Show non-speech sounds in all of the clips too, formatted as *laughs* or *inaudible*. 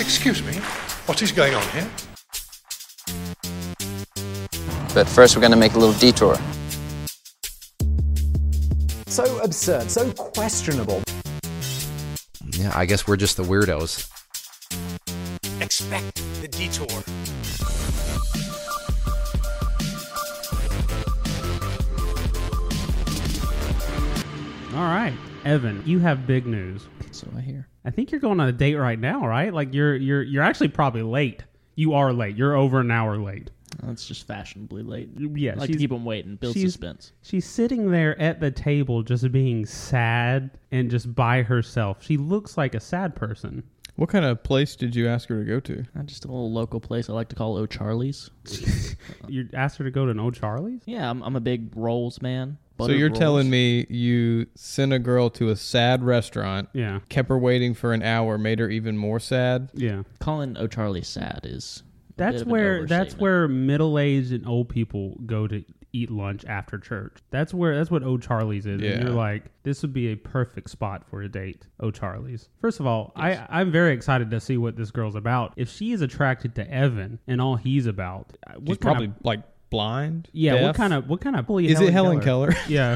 Excuse me, what is going on here? But first, we're going to make a little detour. So absurd, so questionable. Yeah, I guess we're just the weirdos. Expect the detour. All right, Evan, you have big news. So I hear. I think you're going on a date right now, right? Like you're you're you're actually probably late. You are late. You're over an hour late. Oh, That's just fashionably late. Yeah, like to she's- keep them waiting, build she's- suspense. She's sitting there at the table, just being sad and just by herself. She looks like a sad person. What kind of place did you ask her to go to? Uh, just a little local place I like to call O'Charlie's. You asked her to go to an old Charlie's. Yeah, I'm, I'm a big rolls man. So you're telling me you sent a girl to a sad restaurant, Yeah, kept her waiting for an hour, made her even more sad. yeah. calling O'Charlie's sad is a bit That's of an where that's overstatement. where middle aged and old people go to eat lunch after church. That's where that's what Old Charlie's is. Yeah. And you're like, this would be a perfect spot for a date, Old Charlie's. First of all, I, I'm very excited to see what this girl's about. If she is attracted to Evan and all he's about, what She's kind probably of like blind. yeah, what deaf. kind of what kind of bully Is it Helen Keller? *laughs* *laughs* Yeah,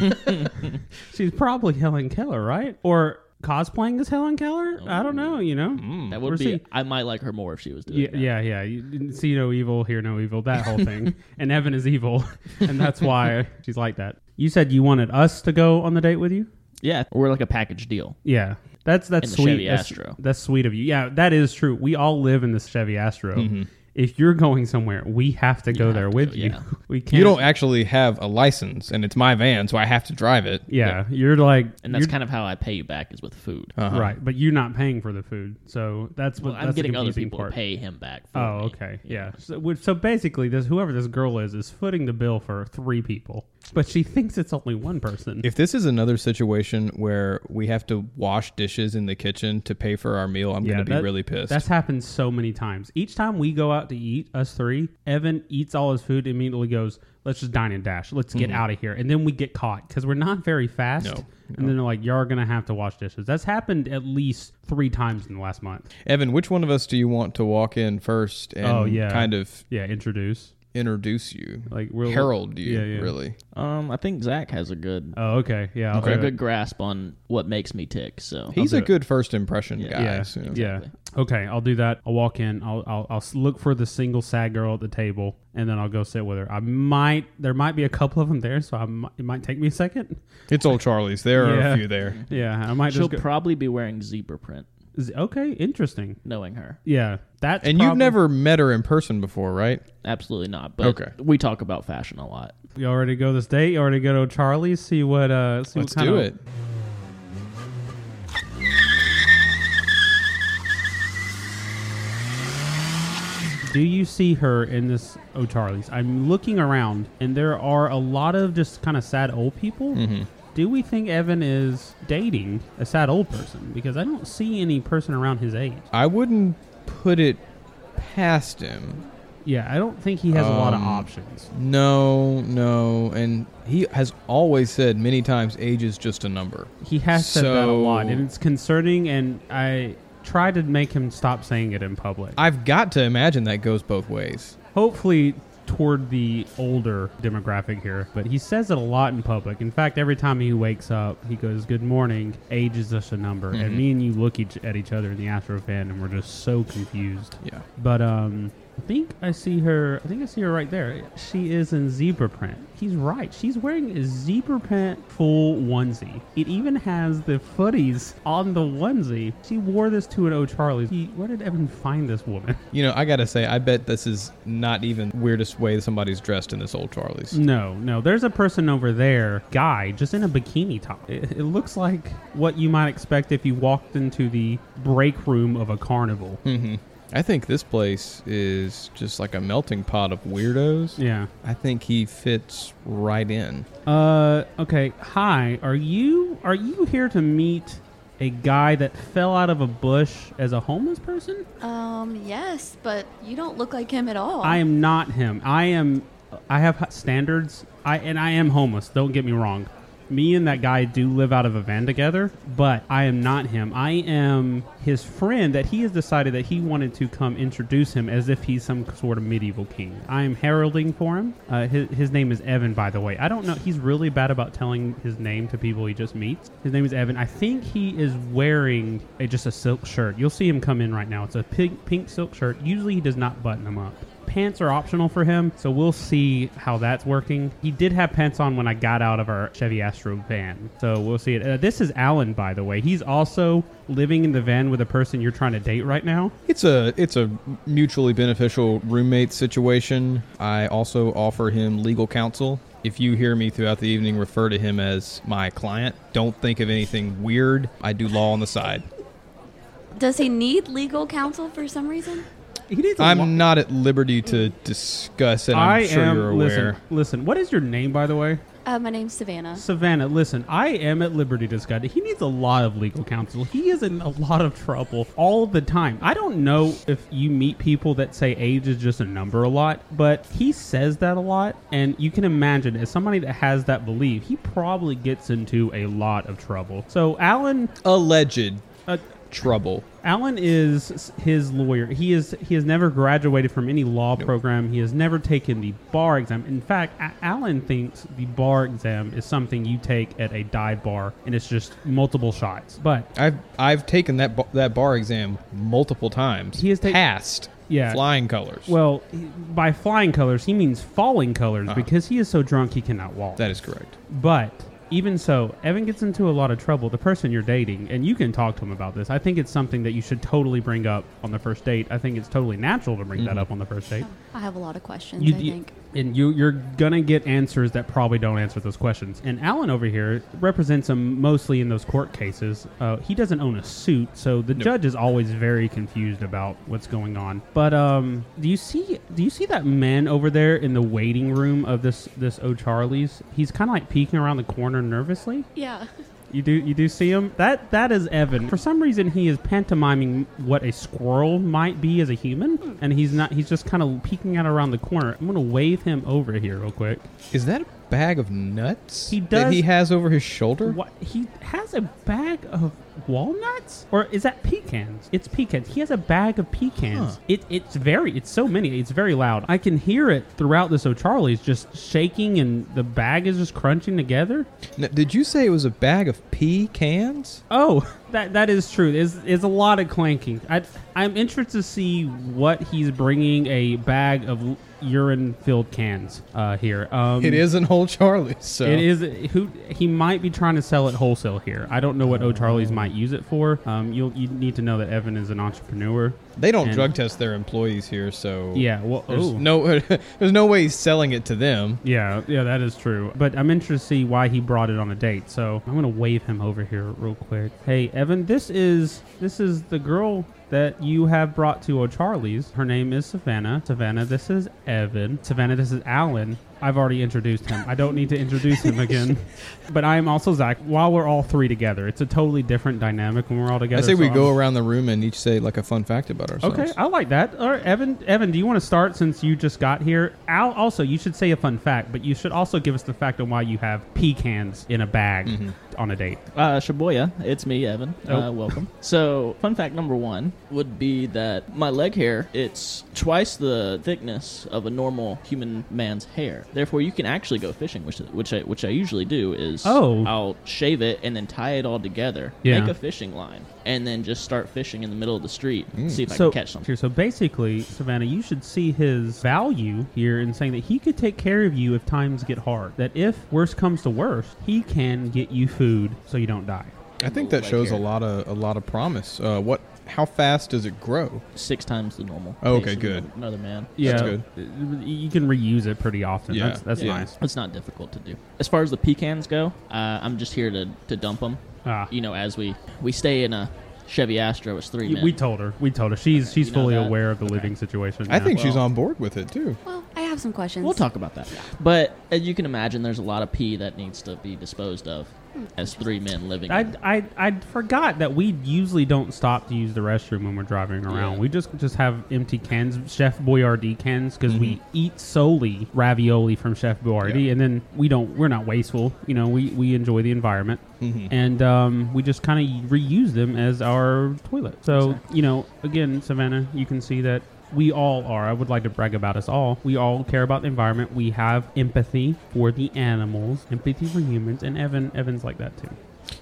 she's probably Helen Keller, right? Or cosplaying as Helen Keller? I don't know. You know, Hmm. Hmm. that would we're be. seeing- I might like her more if she was doing yeah, that. yeah, yeah. You didn't see no evil, hear no evil, that whole *laughs* thing. and Evan is evil, *laughs* and that's why she's like that. You said you wanted us to go on the date with you. yeah. We're like a package deal. Yeah, that's that's In the sweet. Chevy that's, Astro. that's sweet of you. Yeah, that is true. We all live in this Chevy Astro. If you're going somewhere, we have to go there Mm-hmm. have to with go, you. yeah. *laughs* We can't. You don't actually have a license, and it's my van, so I have to drive it. Yeah, you're like, And that's you're- kind of how I pay you back is with food. Uh, right, but you're not paying for the food, so that's what Well, I'm that's the getting other confusing people part. to pay him back. For Oh, me. okay, yeah. So, which- so basically, this whoever this girl is is footing the bill for three people, but she thinks it's only one person. If this is another situation where we have to wash dishes in the kitchen to pay for our meal, I'm going to be that- really pissed. That's happened so many times. Each time we go out to eat, us three, Evan eats all his food, immediately goes, "Let's just dine and dash. Let's get out of here." And then we get caught because we're not very fast. Mm-hmm. No, And then they're like, "You're gonna have to wash dishes." That's happened at least three times in the last month. Evan, which one of us do you want to walk in first and Oh, yeah. kind of Yeah, introduce. introduce you, Like, we'll- herald you, yeah, yeah. really? Um, I think Zach has a good, Oh, okay. Yeah. I'll a do it. good grasp on what makes me tick. So He's a it. good first impression guy. Yeah, so- yeah. Okay, I'll do that. I'll walk in. I'll, I'll I'll s- look for the single sad girl at the table, and then I'll go sit with her. I might there might be a couple of them there, so I might, it might take me a second. *laughs* It's old Charlie's. There are Yeah. a *laughs* few there. Yeah, I might she'll just go, probably be wearing zebra print, Z- okay. Interesting. knowing her. Yeah, that's And you've probably- never met her in person before, right? Absolutely not. But Okay. we talk about fashion a lot. you already go this date. You already go to Charlie's. See what uh see Let's what kind do of, it. Do you see her in this Oh Charlie's? I'm looking around, and there are a lot of just kind of sad old people. Mm-hmm. Do we think Evan is dating a sad old person? Because I don't see any person around his age. I wouldn't put it past him. Yeah, I don't think he has a lot of Um, options. No, no. And he has always said many times age is just a number. He has said that a so- lot, and it's concerning. And I try to make him stop saying it in public. I've got to imagine that goes both ways. hopefully toward the older demographic here, but he says it a lot in public. In fact, every time he wakes up, he goes, "Good morning." Age is just a number, and me and you look each, at each other in the Astro fan, and we're just so confused. Yeah. But um, I think I see her. I think I see her right there. She is in zebra print. He's right. She's wearing a zebra print full onesie. It even has the footies on the onesie. She wore this to an O'Charlie's. He, where did Evan find this woman? *laughs* You know, I got to say, I bet this is not even weirdest way somebody's dressed in this old Charlie's. No, no. There's a person over there, guy, just in a bikini top. It, it looks like what you might expect if you walked into the break room of a carnival. I think this place is just like a melting pot of weirdos. Yeah. I think he fits right in. Uh. Okay. Hi. Are you are you here to meet a guy that fell out of a bush as a homeless person? Um, yes, but you don't look like him at all. I am not him. I am. I have h- standards. I and I am homeless. Don't get me wrong. Me and that guy do live out of a van together, but I am not him. I am his friend that he has decided that he wanted to come introduce him as if he's some sort of medieval king. I am heralding for him. Uh, his, his name is Evan, by the way. I don't know. He's really bad about telling his name to people he just meets. His name is Evan. I think he is wearing a, just a silk shirt. You'll see him come in right now. It's a pink, pink silk shirt. Usually he does not button them up pants are optional for him, so we'll see how that's working. He did have pants on when I got out of our Chevy Astro van, so we'll see it. Uh, this is Alan, by the way. He's also living in the van with a person you're trying to date right now. It's a it's a mutually beneficial roommate situation. I also offer him legal counsel. If you hear me throughout the evening refer to him as my client, don't think of anything weird. I do law on the side. Does he need legal counsel for some reason? He needs. a lo- I'm not at liberty to discuss it. I'm I sure am. you're aware. listen, listen. What is your name, by the way? Uh, my name's Savannah. Savannah, listen, I am at liberty to discuss. He needs a lot of legal counsel. He is in a lot of trouble all the time. I don't know if you meet people that say age is just a number a lot, but he says that a lot. And you can imagine, as somebody that has that belief, he probably gets into a lot of trouble. So, Alan, Alleged uh, trouble. Alan is his lawyer. He is he has never graduated from any law program. He has never taken the bar exam. In fact, A- Alan thinks the bar exam is something you take at a dive bar, and it's just multiple shots. But I've I've taken that ba- that bar exam multiple times. He has ta- passed. Yeah. flying colors. well, he- by flying colors, he means falling colors because he is so drunk he cannot walk. Uh-huh. that is correct. But even so, Evan gets into a lot of trouble. The person you're dating, and you can talk to him about this. I think it's something that you should totally bring up on the first date. I think it's totally natural to Mm-hmm. bring that up on the first date. Oh, I have a lot of questions, You- I you- think. and you, you're gonna get answers that probably don't answer those questions. And Alan over here represents him mostly in those court cases. Uh, he doesn't own a suit, so the judge is always very confused about what's going on. But um, do you see? Do you see that man over there in the waiting room of this this O'Charlie's? He's kind of like peeking around the corner nervously. Yeah. *laughs* You do you do see him? That that is Evan. For some reason, he is pantomiming what a squirrel might be as a human, and he's not. He's just kind of peeking out around the corner. I'm gonna wave him over here real quick. Is that a bag of nuts He that does- he has over his shoulder? What he has a bag of walnuts, or is that pecans? It's pecans. He has a bag of pecans. It it's very it's so many. It's very loud. I can hear it throughout this O'Charlie's, just shaking, and the bag is just crunching together. Now, did you say it was a bag of pecans? Oh, *laughs* that that is true. Is is a lot of clanking. I I'm interested to see what he's bringing a bag of urine-filled cans uh, here. Um, It is an old Charlie. So It is who he might be trying to sell it wholesale here. I don't know what O'Charlie's might use it for. Um, you'll you need to know that Evan is an entrepreneur. They don't And- drug test their employees here, so Yeah. Well. There's oh. no, *laughs* there's no way he's selling it to them. Yeah, yeah, that is true. But I'm interested to see why he brought it on a date. So I'm gonna wave him over here real quick. Hey, Evan, this is this is the girl that you have brought to O'Charlie's. Her name is Savannah. Savannah, this is Evan. Savannah, this is Alan. I've already introduced him. I don't need to introduce him *laughs* again. but I am also Zach. While we're all three together, it's a totally different dynamic when we're all together. I say we so go I'm- around the room and each say like a fun fact about ourselves. Okay, I like that. All right, Evan. Evan, do you want to start since you just got here? Al, also, you should say a fun fact, but you should also give us the fact on why you have pecans in a bag Mm-hmm. on a date. Uh, Shaboya, it's me, Evan. Uh, Oh. welcome. So, fun fact number one would be that my leg hair it's twice the thickness of a normal human man's hair. Therefore, you can actually go fishing, which which I which I usually do is Oh. I'll shave it and then tie it all together, Yeah. make a fishing line, and then just start fishing in the middle of the street, see if I Mm. So, can catch something. here, so basically, Savannah, you should see his value here in saying that he could take care of you if times get hard. That if worse comes to worst, he can get you food so you don't die. I think that Like shows here. a lot of a lot of promise. Uh, what? How fast does it grow? Six times the normal. Oh, okay, pace of good. Another man. That's good. y- You can reuse it pretty often. Yeah. That's, that's Yeah. nice. It's not difficult to do. As far as the pecans go, uh, I'm just here to, to dump them. Ah. You know, as we we stay in a Chevy Astro, it's three Y- men. We told her. We told her. She's she's You know fully that. aware of the living situation. I now. think she's on board with it too. Well, I have some questions. uh, we'll talk about that. But as you can imagine, there's a lot of pee that needs to be disposed of as three men living. I, I, I forgot that we usually don't stop to use the restroom when we're driving around. Yeah. We just just have empty cans, Chef Boyardee cans, because we Mm-hmm. eat solely ravioli from Chef Boyardee, Yeah. and then we don't. We're not wasteful. You know, we, we enjoy the environment, Mm-hmm. and um, we just kind of reuse them as our toilet. So you know, again, Savannah, you can see that. We all are. I would like to brag about us all. We all care about the environment. We have empathy for the animals, empathy for humans, and Evan. Evan's like that too.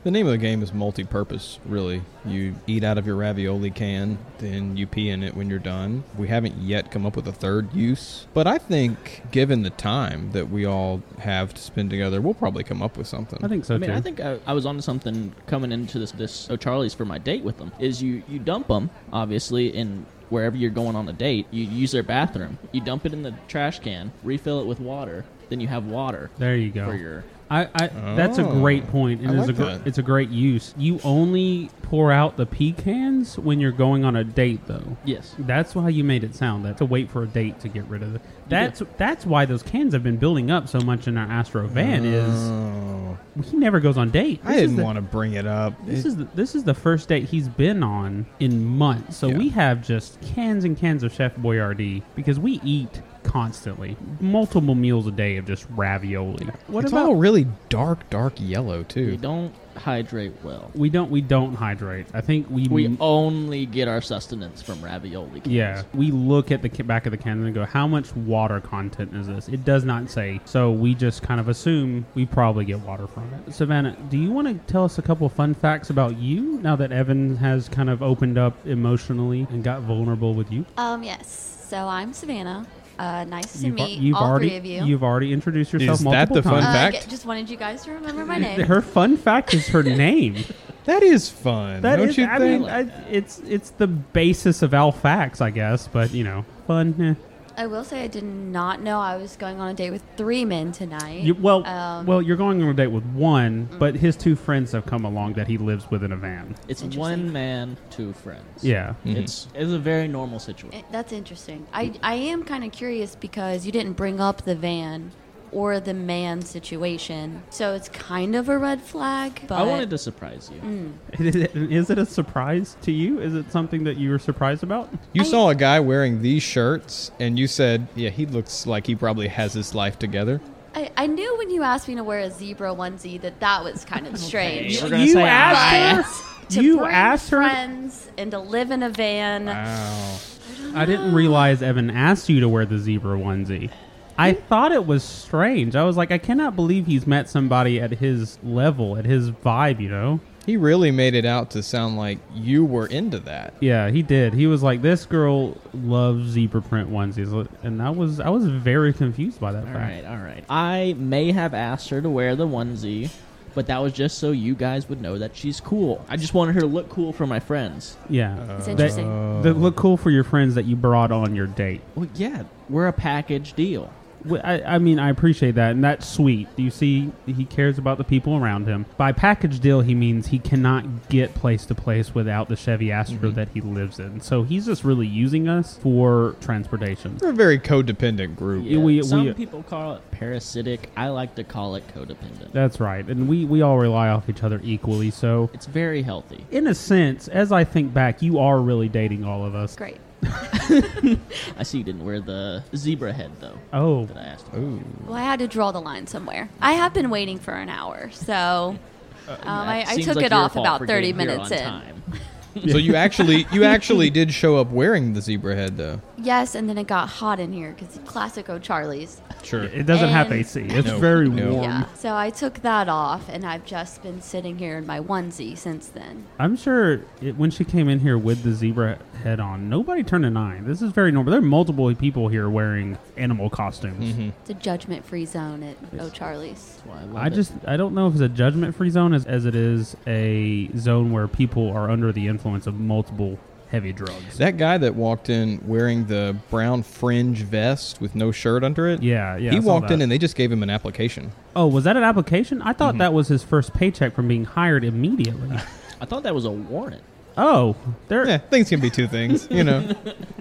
The name of the game is multi-purpose, really. You eat out of your ravioli can, then you pee in it when you're done. We haven't yet come up with a third use, but I think given the time that we all have to spend together, we'll probably come up with something. I think so I mean, too. I think I, I was onto something coming into this this O'Charlie's for my date with them. Is you you dump them obviously in wherever you're going on a date. You use their bathroom. You dump it in the trash can. Refill it with water. Then you have water there you go. for your. I, I that's a Oh, great point, and I it's like a gr- that. it's a great use. You only pour out the pecans when you're going on a date, though. Yes. That's why you made it sound that to wait for a date to get rid of it. That's that's why those cans have been building up so much in our Astro van. Oh, Is he never goes on date? I This is didn't the- want to bring it up. This It- is the, this is the first date he's been on in months. So Yeah. we have just cans and cans of Chef Boyardee because we eat constantly, multiple meals a day of just ravioli. What it's about all really dark, dark yellow We too. don't hydrate well. we don't we don't hydrate? I think we We only get our sustenance from ravioli. Cans. Mm. yeah we look at the ca- back of the can and go how much water content is this? It does not say, so we just kind of assume we probably get water from it. Savannah, do you want to tell us a couple fun facts about you now that Evan has kind of opened up emotionally and got vulnerable with you? Um, yes. So I'm Savannah. Uh, nice to al- meet all already, three of you. have already introduced yourself Is that multiple the fun uh, times. I fact? get- just wanted you guys to remember my *laughs* name. Her fun fact is her *laughs* name. That is fun, That don't is- you I think? mean, I, it's it's the basis of all facts, I guess. But you know, fun. eh. I will say I did not know I was going on a date with three men tonight. You, well, Um, Mm. well, you're going on a date with one, but his two friends have come along that he lives with in a van. It's Interesting. one man, two friends. Yeah. Mm-hmm. It's it's a very normal situation. it- that's interesting. I I am kind of curious because you didn't bring up the van or the man situation, so it's kind of a red flag. But Mm. I wanted to surprise you. Is it- *laughs* is it a surprise to you? Is it something that you were surprised about? You I- saw a guy wearing these shirts, and you said, "Yeah, he looks like he probably has his life together." I, I knew when you asked me to wear a zebra onesie that that was kind *laughs* of strange. We're gonna say I. But *laughs* to You bring asked her- friends and to live in a van. Wow. I didn't realize Evan asked you to wear the zebra onesie. I thought it was strange. I was like, I cannot believe he's met somebody at his level, at his vibe, you know? He really made it out to sound like you were into that. Yeah, he did. He was like, This girl loves zebra print onesies and I was I was very confused by that All fact. right, all right. I may have asked her to wear the onesie, but that was just so you guys would know that she's cool. I just wanted her to look cool for my friends. Yeah. it's interesting. that look cool for your friends that you brought on your date. Well, yeah, we're a package deal. Well, I, I mean, I appreciate that, and that's sweet. You see, he cares about the people around him. By package deal, he means he cannot get place to place without the Chevy Mm-hmm. Astro that he lives in. So he's just really using us for transportation. We're a very codependent group. Yeah, we- Some we- people call it parasitic. I like to call it codependent. That's right, and we we all rely off each other equally. So, It's very healthy. in a sense, as I think back, you are really dating all of us. Great. I see you didn't wear the zebra head though. Oh, That I asked. Well, I had to draw the line somewhere. I have been waiting for an hour, so um, I, I Uh, Seems took like it your off fault about for 30 getting here minutes on *laughs* in. time. So you actually you actually did show up wearing the zebra head though. Yes, and then it got hot in here because classic O'Charlie's. Sure. it doesn't have And- AC. It's No, very no. warm. Yeah, so I took that off, and I've just been sitting here in my onesie since then. I'm sure it, when she came in here with the zebra head on, nobody turned an eye. This is very normal. There are multiple people here wearing animal costumes. It's a judgment-free zone at O'Charlie's. Well, I, love I it. just I don't know if it's a judgment-free zone as, as it is a zone where people are under the influence of multiple heavy drugs. That guy that walked in wearing the brown fringe vest with no shirt under it. Yeah, yeah, He I saw walked in that. and they just gave him an application. oh, was that an application? I thought that was his first paycheck from being hired immediately. I thought that was a warrant. oh, there. Yeah, things can be two things, you know.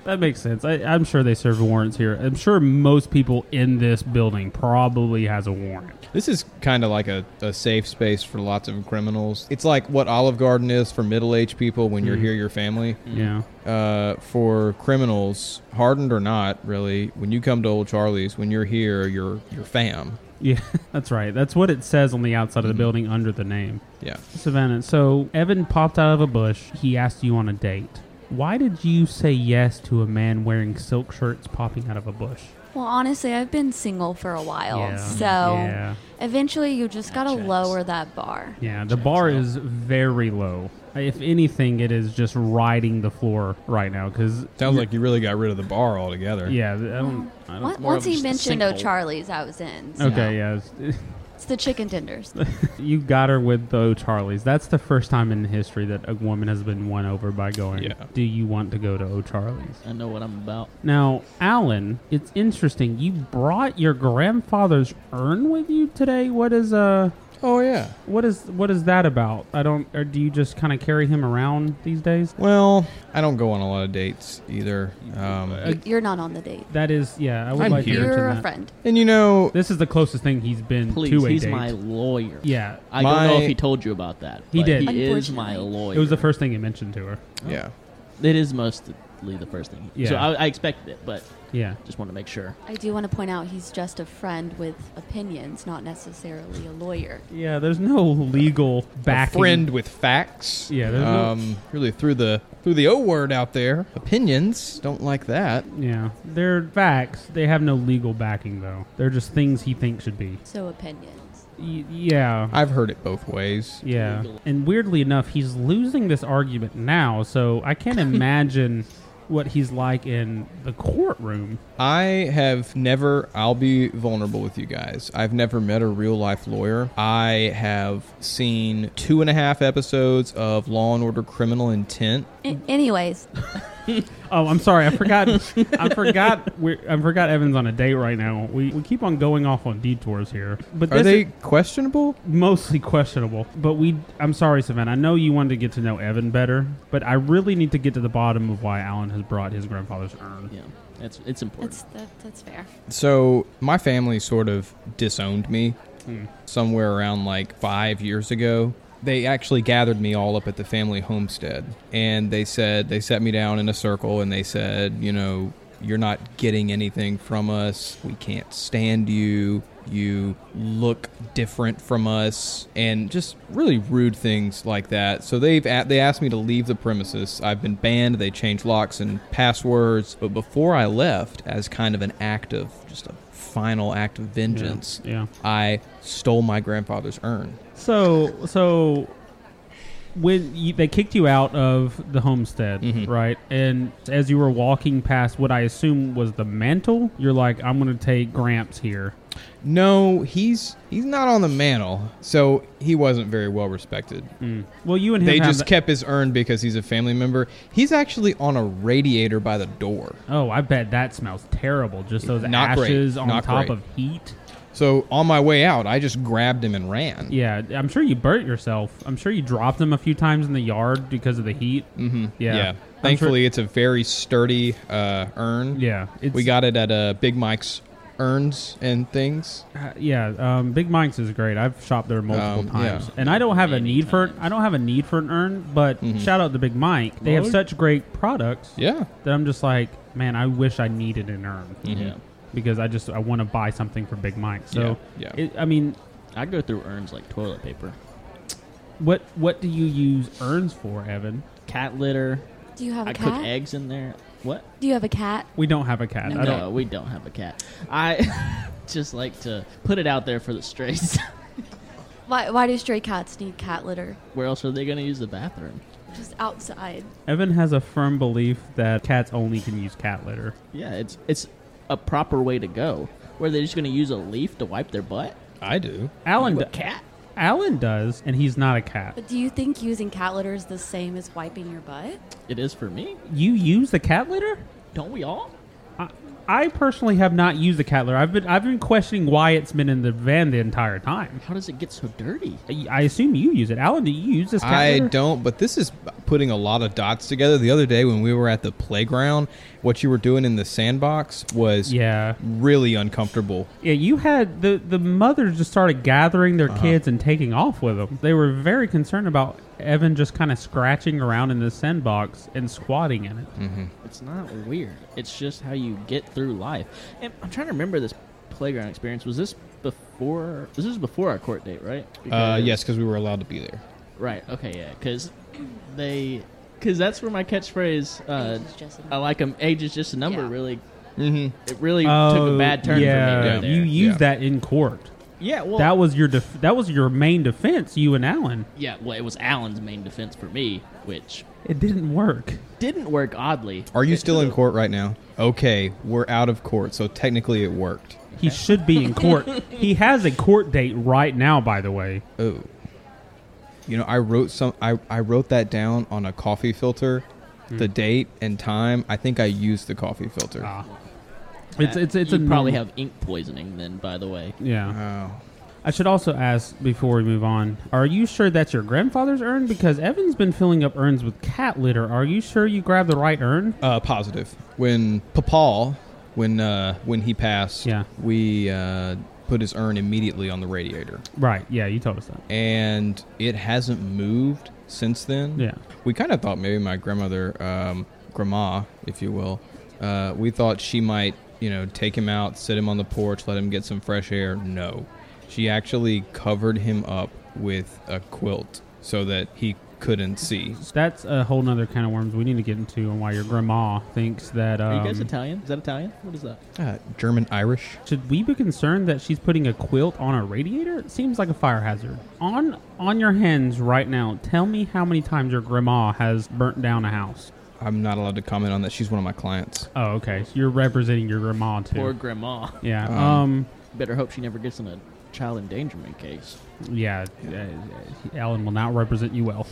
That makes sense. I, I'm sure they serve warrants here. I'm sure most people in this building probably has a warrant. This is kind of like a, a safe space for lots of criminals. It's like what Olive Garden is for middle aged people when Mm. you're here, your family. Yeah. Uh, for criminals, hardened or not, really, when you come to Old Charlie's, when you're here, you're, you're fam. Yeah, *laughs* that's right. That's what it says on the outside of the building under the name. Yeah. Savannah, so Evan popped out of a bush. He asked you on a date. Why did you say yes to a man wearing silk shirts popping out of a bush? Well, honestly, I've been single for a while, Yeah. so Yeah. eventually you just gotta lower that bar. Yeah, the bar is very low. If anything, it is just riding the floor right now because. Sounds like you really got rid of the bar altogether. Yeah, um, I don't. I don't Once- more Once of he just a mentioned Oh sinkhole. Charlie's, I was in. so- okay, yeah. it's- It's the chicken tenders. *laughs* You got her with the O'Charlies. That's the first time in history that a woman has been won over by going, Yeah. Do you want to go to O'Charlies? I know what I'm about. Now, Alan, it's interesting. You brought your grandfather's urn with you today. What is uh Oh, yeah. what is what is that about? I don't or do you just kind of carry him around these days? Well, I don't go on a lot of dates either. Uh, Um, You're not on the date. That is yeah, I would I'm like to here. mention You're a that. friend. and you know, This is the closest thing he's been Please, to a he's date. my lawyer. yeah. I don't My- know if he told you about that. He but did. He is my Unfortunately. lawyer. It was the first thing he mentioned to her. yeah. It is mostly the first thing. Yeah. So I, I expected it, but Yeah. just want to make sure. I do want to point out he's just a friend with opinions, not necessarily a lawyer. Yeah, there's no legal A backing. friend with facts. Yeah, there's no- Um, really threw the threw the O word out there. Opinions don't like that. Yeah, they're facts. They have no legal backing, though. They're just things he thinks should be. So opinions. Y- yeah. I've heard it both ways. yeah. And weirdly enough, he's losing this argument now, so I can't imagine what he's like in the courtroom. I have never. I'll be vulnerable with you guys. I've never met a real life lawyer. I have seen two and a half episodes of Law and Order: Criminal Intent. A- anyways, Oh, I'm sorry. I forgot. I forgot. We're, I forgot Evan's on a date right now. We, we keep on going off on detours here, but Are this they is questionable? mostly questionable. But we. I'm sorry, Savannah. I know you wanted to get to know Evan better, but I really need to get to the bottom of why Alan has brought his grandfather's urn. Yeah. It's, it's important. that's that, that's fair. So my family sort of disowned me somewhere around like five years ago. They actually gathered me all up at the family homestead and they said, they set me down in a circle and they said, you know, you're not getting anything from us. We can't stand you. You look different from us, and just really rude things like that. So they've a- they asked me to leave the premises. I've been banned. They changed locks and passwords. But before I left, as kind of an act of just a final act of vengeance, Yeah, yeah. I stole my grandfather's urn. So, so when you, they kicked you out of the homestead, Mm-hmm. right? And as you were walking past what I assume was the mantle, you're like, "I'm going to take Gramps here." No, he's he's not on the mantle, so he wasn't very well respected. Well, you and him They Mm. have just that- kept his urn because he's a family member. He's actually on a radiator by the door. Oh, I bet that smells terrible. Just those Not great. ashes on Not top great. of heat. So on my way out, I just grabbed him and ran. Yeah, I'm sure you burnt yourself. I'm sure you dropped him a few times in the yard because of the heat. Mm-hmm. Yeah. I'm sure- Thankfully, it's a very sturdy uh, urn. yeah. It's, We got it at uh, Big Mike's urns and things. Uh, yeah, um, Big Mike's is great. I've shopped there multiple Um, times, yeah. and I don't have a need for it. I don't have a need for an urn, but Mm-hmm. shout out to Big Mike. They have Lord. such great products Yeah. that I'm just like, man, I wish I needed an urn Mm-hmm. Yeah. because I just I want to buy something for Big Mike. So, Yeah, yeah. It, I mean, I go through urns like toilet paper, what what do you use urns for, Evan? cat litter. Do you have a I cook cat? eggs in there. What? Do you have a cat? We don't have a cat. I No, don't. we don't have a cat. I *laughs* just like to put it out there for the strays. *laughs* Why why do stray cats need cat litter? Where else are they going to use the bathroom? Just outside. Evan has a firm belief that cats only can use cat litter. Yeah, it's it's a proper way to go. Where they're just going to use a leaf to wipe their butt. I do. Alan, You a do- cat? Alan does, and he's not a cat. But do you think using cat litter is the same as wiping your butt? It is for me. You use the cat litter? Don't we all? I, I personally have not used the Cattler. I've been I've been questioning why it's been in the van the entire time. How does it get so dirty? I I assume you use it, Alan. Do you use this? I Cattler? don't, but this is putting a lot of dots together. The other day when we were at the playground, what you were doing in the sandbox was Yeah, really uncomfortable. yeah. You had the the mothers just started gathering Uh-huh. their kids and taking off with them. They were very concerned about Evan just kind of scratching around in the sandbox and squatting in Mm. it. It's not weird. It's just how you get through life. And I'm trying to remember this playground experience. Was this before? This was before our court date, right? Uh, Because- yes, because we were allowed to be there. Right. Okay. Yeah. Because they, because that's where my catchphrase. Uh, Age is just I a number. like 'em, Age is just a number. Yeah. Really, Mm-hmm. it really took Oh, a bad turn yeah, for me. Right there. you used Yeah. that in court. yeah. Well. That was your def- that was your main defense. You and Alan. yeah. Well, it was Alan's main defense for me, which It didn't work. didn't work. Oddly. Are you still in court right now? Okay, we're out of court, so technically it worked. He should be *laughs* in court. he has a court date right now, by the way. Oh. You know, I wrote some I, I wrote that down on a coffee filter. The date and time. I think I used the coffee filter. Hmm. Ah. It's it's it's you a probably normal- have ink poisoning then. By the way. yeah. Oh. I should also ask before we move on: Are you sure that's your grandfather's urn? Because Evan's been filling up urns with cat litter. Are you sure you grabbed the right urn? Uh, positive. When Papal, when uh, when he passed, Yeah. we uh, put his urn immediately on the radiator, Right. Yeah, you told us that. and it hasn't moved since then. Yeah. we kind of thought maybe my grandmother, um, grandma, if you will, uh, we thought she might, you know, take him out, sit him on the porch, let him get some fresh air. No, she actually covered him up with a quilt so that he couldn't see. That's a whole nother kind of worms we need to get into, and why your grandma thinks that. Um, Are you guys Italian? Is that Italian? What is that? Uh, German Irish. Should we be concerned that she's putting a quilt on a radiator? It seems like a fire hazard. On on your hands right now, tell me how many times your grandma has burnt down a house. I'm not allowed to comment on that. She's one of my clients. Oh, okay. So you're representing your grandma too. Poor grandma. yeah. Um, Better hope she never gets in a child endangerment case. yeah. Uh, Ellen will not represent you *laughs* well.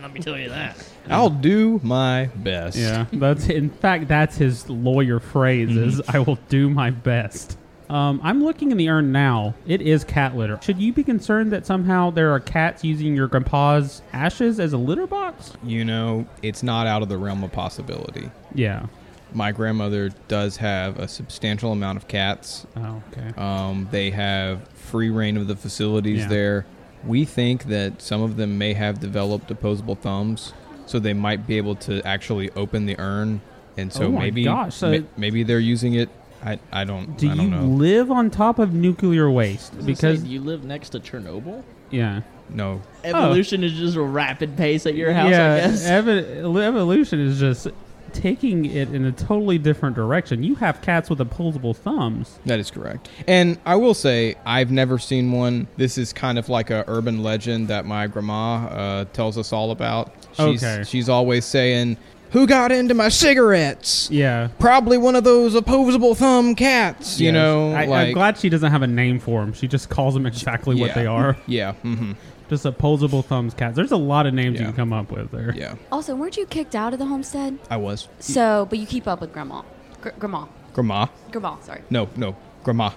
Let me tell you that. I'll do my best. Yeah. That's in fact that's his lawyer phrase is I will do my best. Um, I'm looking in the urn now. It is cat litter. Should you be concerned that somehow there are cats using your grandpa's ashes as a litter box? You know, it's not out of the realm of possibility. Yeah. My grandmother does have a substantial amount of cats. Oh, okay. Um, they have free reign of the facilities Yeah. there. We think that some of them may have developed opposable thumbs, so they might be able to actually open the urn. And so Oh my maybe, gosh, so- ma- maybe they're using it. I, I don't. do I you don't know. live on top of nuclear waste? Because Because you live next to Chernobyl, yeah, no. evolution is just a rapid pace at your house. yeah. I *laughs* guess. evo- evolution is just taking it in a totally different direction. You have cats with opposable thumbs. That is correct. And I will say, I've never seen one. This is kind of like a urban legend that my grandma uh, tells us all about. She's, Okay. She's always saying, "Who got into my cigarettes? Yeah. Probably one of those opposable thumb cats." You Yes. know, I, like I'm glad she doesn't have a name for them. She just calls them exactly what Yeah. they are. *laughs* *laughs* Yeah, hmm Just opposable thumbs cats. There's a lot of names you Yeah. can come up with there. yeah. Also, weren't you kicked out of the homestead? I was So, but you keep up with grandma. Gr- grandma. grandma. Grandma, sorry. No, no, grandma.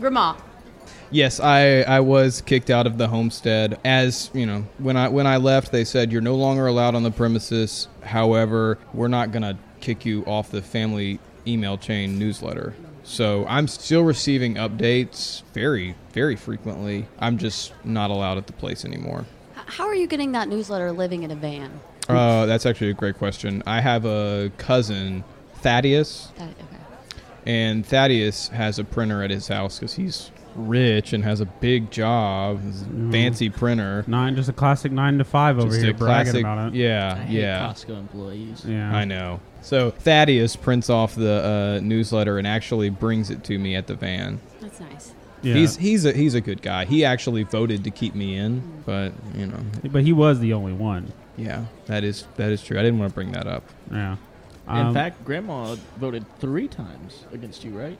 Grandma. Yes, I, I was kicked out of the homestead. As you know, when I when I left, they said you're no longer allowed on the premises. However, we're not gonna kick you off the family email chain newsletter. So I'm still receiving updates very very frequently. I'm just not allowed at the place anymore. H- How are you getting that newsletter living in a van? Uh, that's actually a great question. I have a cousin, Thaddeus, That, Uh, okay. and Thaddeus has a printer at his house because he's rich and has a big job, It's a fancy printer. Nine, just a classic nine to five over Just here a bragging classic- about it. Yeah, I hate yeah, Costco employees. Yeah. I know. So Thaddeus prints off the uh, newsletter and actually brings it to me at the van. That's nice. Yeah. He's he's a he's a good guy. He actually voted to keep me in, but you know, but he was the only one. yeah, that is that is true. I didn't want to bring that up. Yeah. In Um, fact, Grandma voted three times against you, right?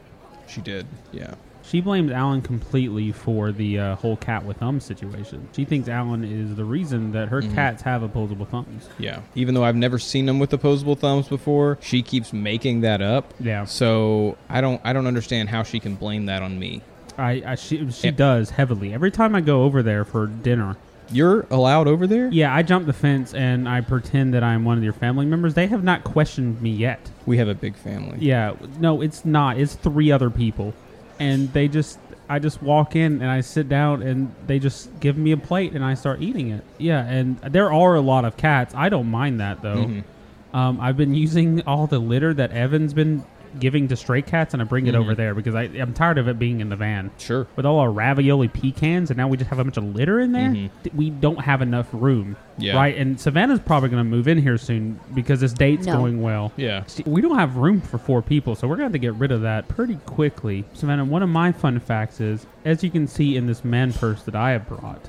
She did. Yeah. She blames Alan completely for the uh, whole cat with thumbs situation. She thinks Alan is the reason that her cats have opposable thumbs. Yeah. Even though I've never seen them with opposable thumbs before, she keeps making that up. Yeah. So I don't I don't understand how she can blame that on me. I, I she, she Yeah. does heavily every time I go over there for dinner. You're allowed over there? Yeah, I jump the fence and I pretend that I'm one of your family members. They have not questioned me yet. We have a big family. Yeah, no, it's not. It's three other people, and they just. I just walk in and I sit down and they just give me a plate and I start eating it. Yeah, and there are a lot of cats. I don't mind that though. Mm-hmm. Um, I've been using all the litter that Evan's been giving to stray cats and I bring it over Mm-hmm. there because I, I'm tired of it being in the van. Sure. With all our ravioli pecans and now we just have a bunch of litter in there, th- we don't have enough room. Mm-hmm. Yeah. Right? And Savannah's probably going to move in here soon because this date's No. going well. Yeah. See, We don't have room for four people, so we're going to have to get rid of that pretty quickly. Savannah, one of my fun facts is, as you can see in this man purse that I have brought,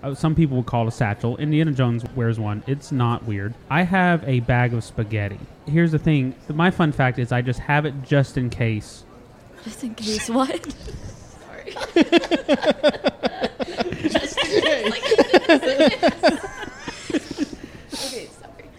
uh, some people would call it a satchel. Indiana Jones wears one. It's not weird. I have a bag of spaghetti. Here's the thing. My fun fact is I just have it just in case. Just in case what? Sorry. *laughs* okay, sorry.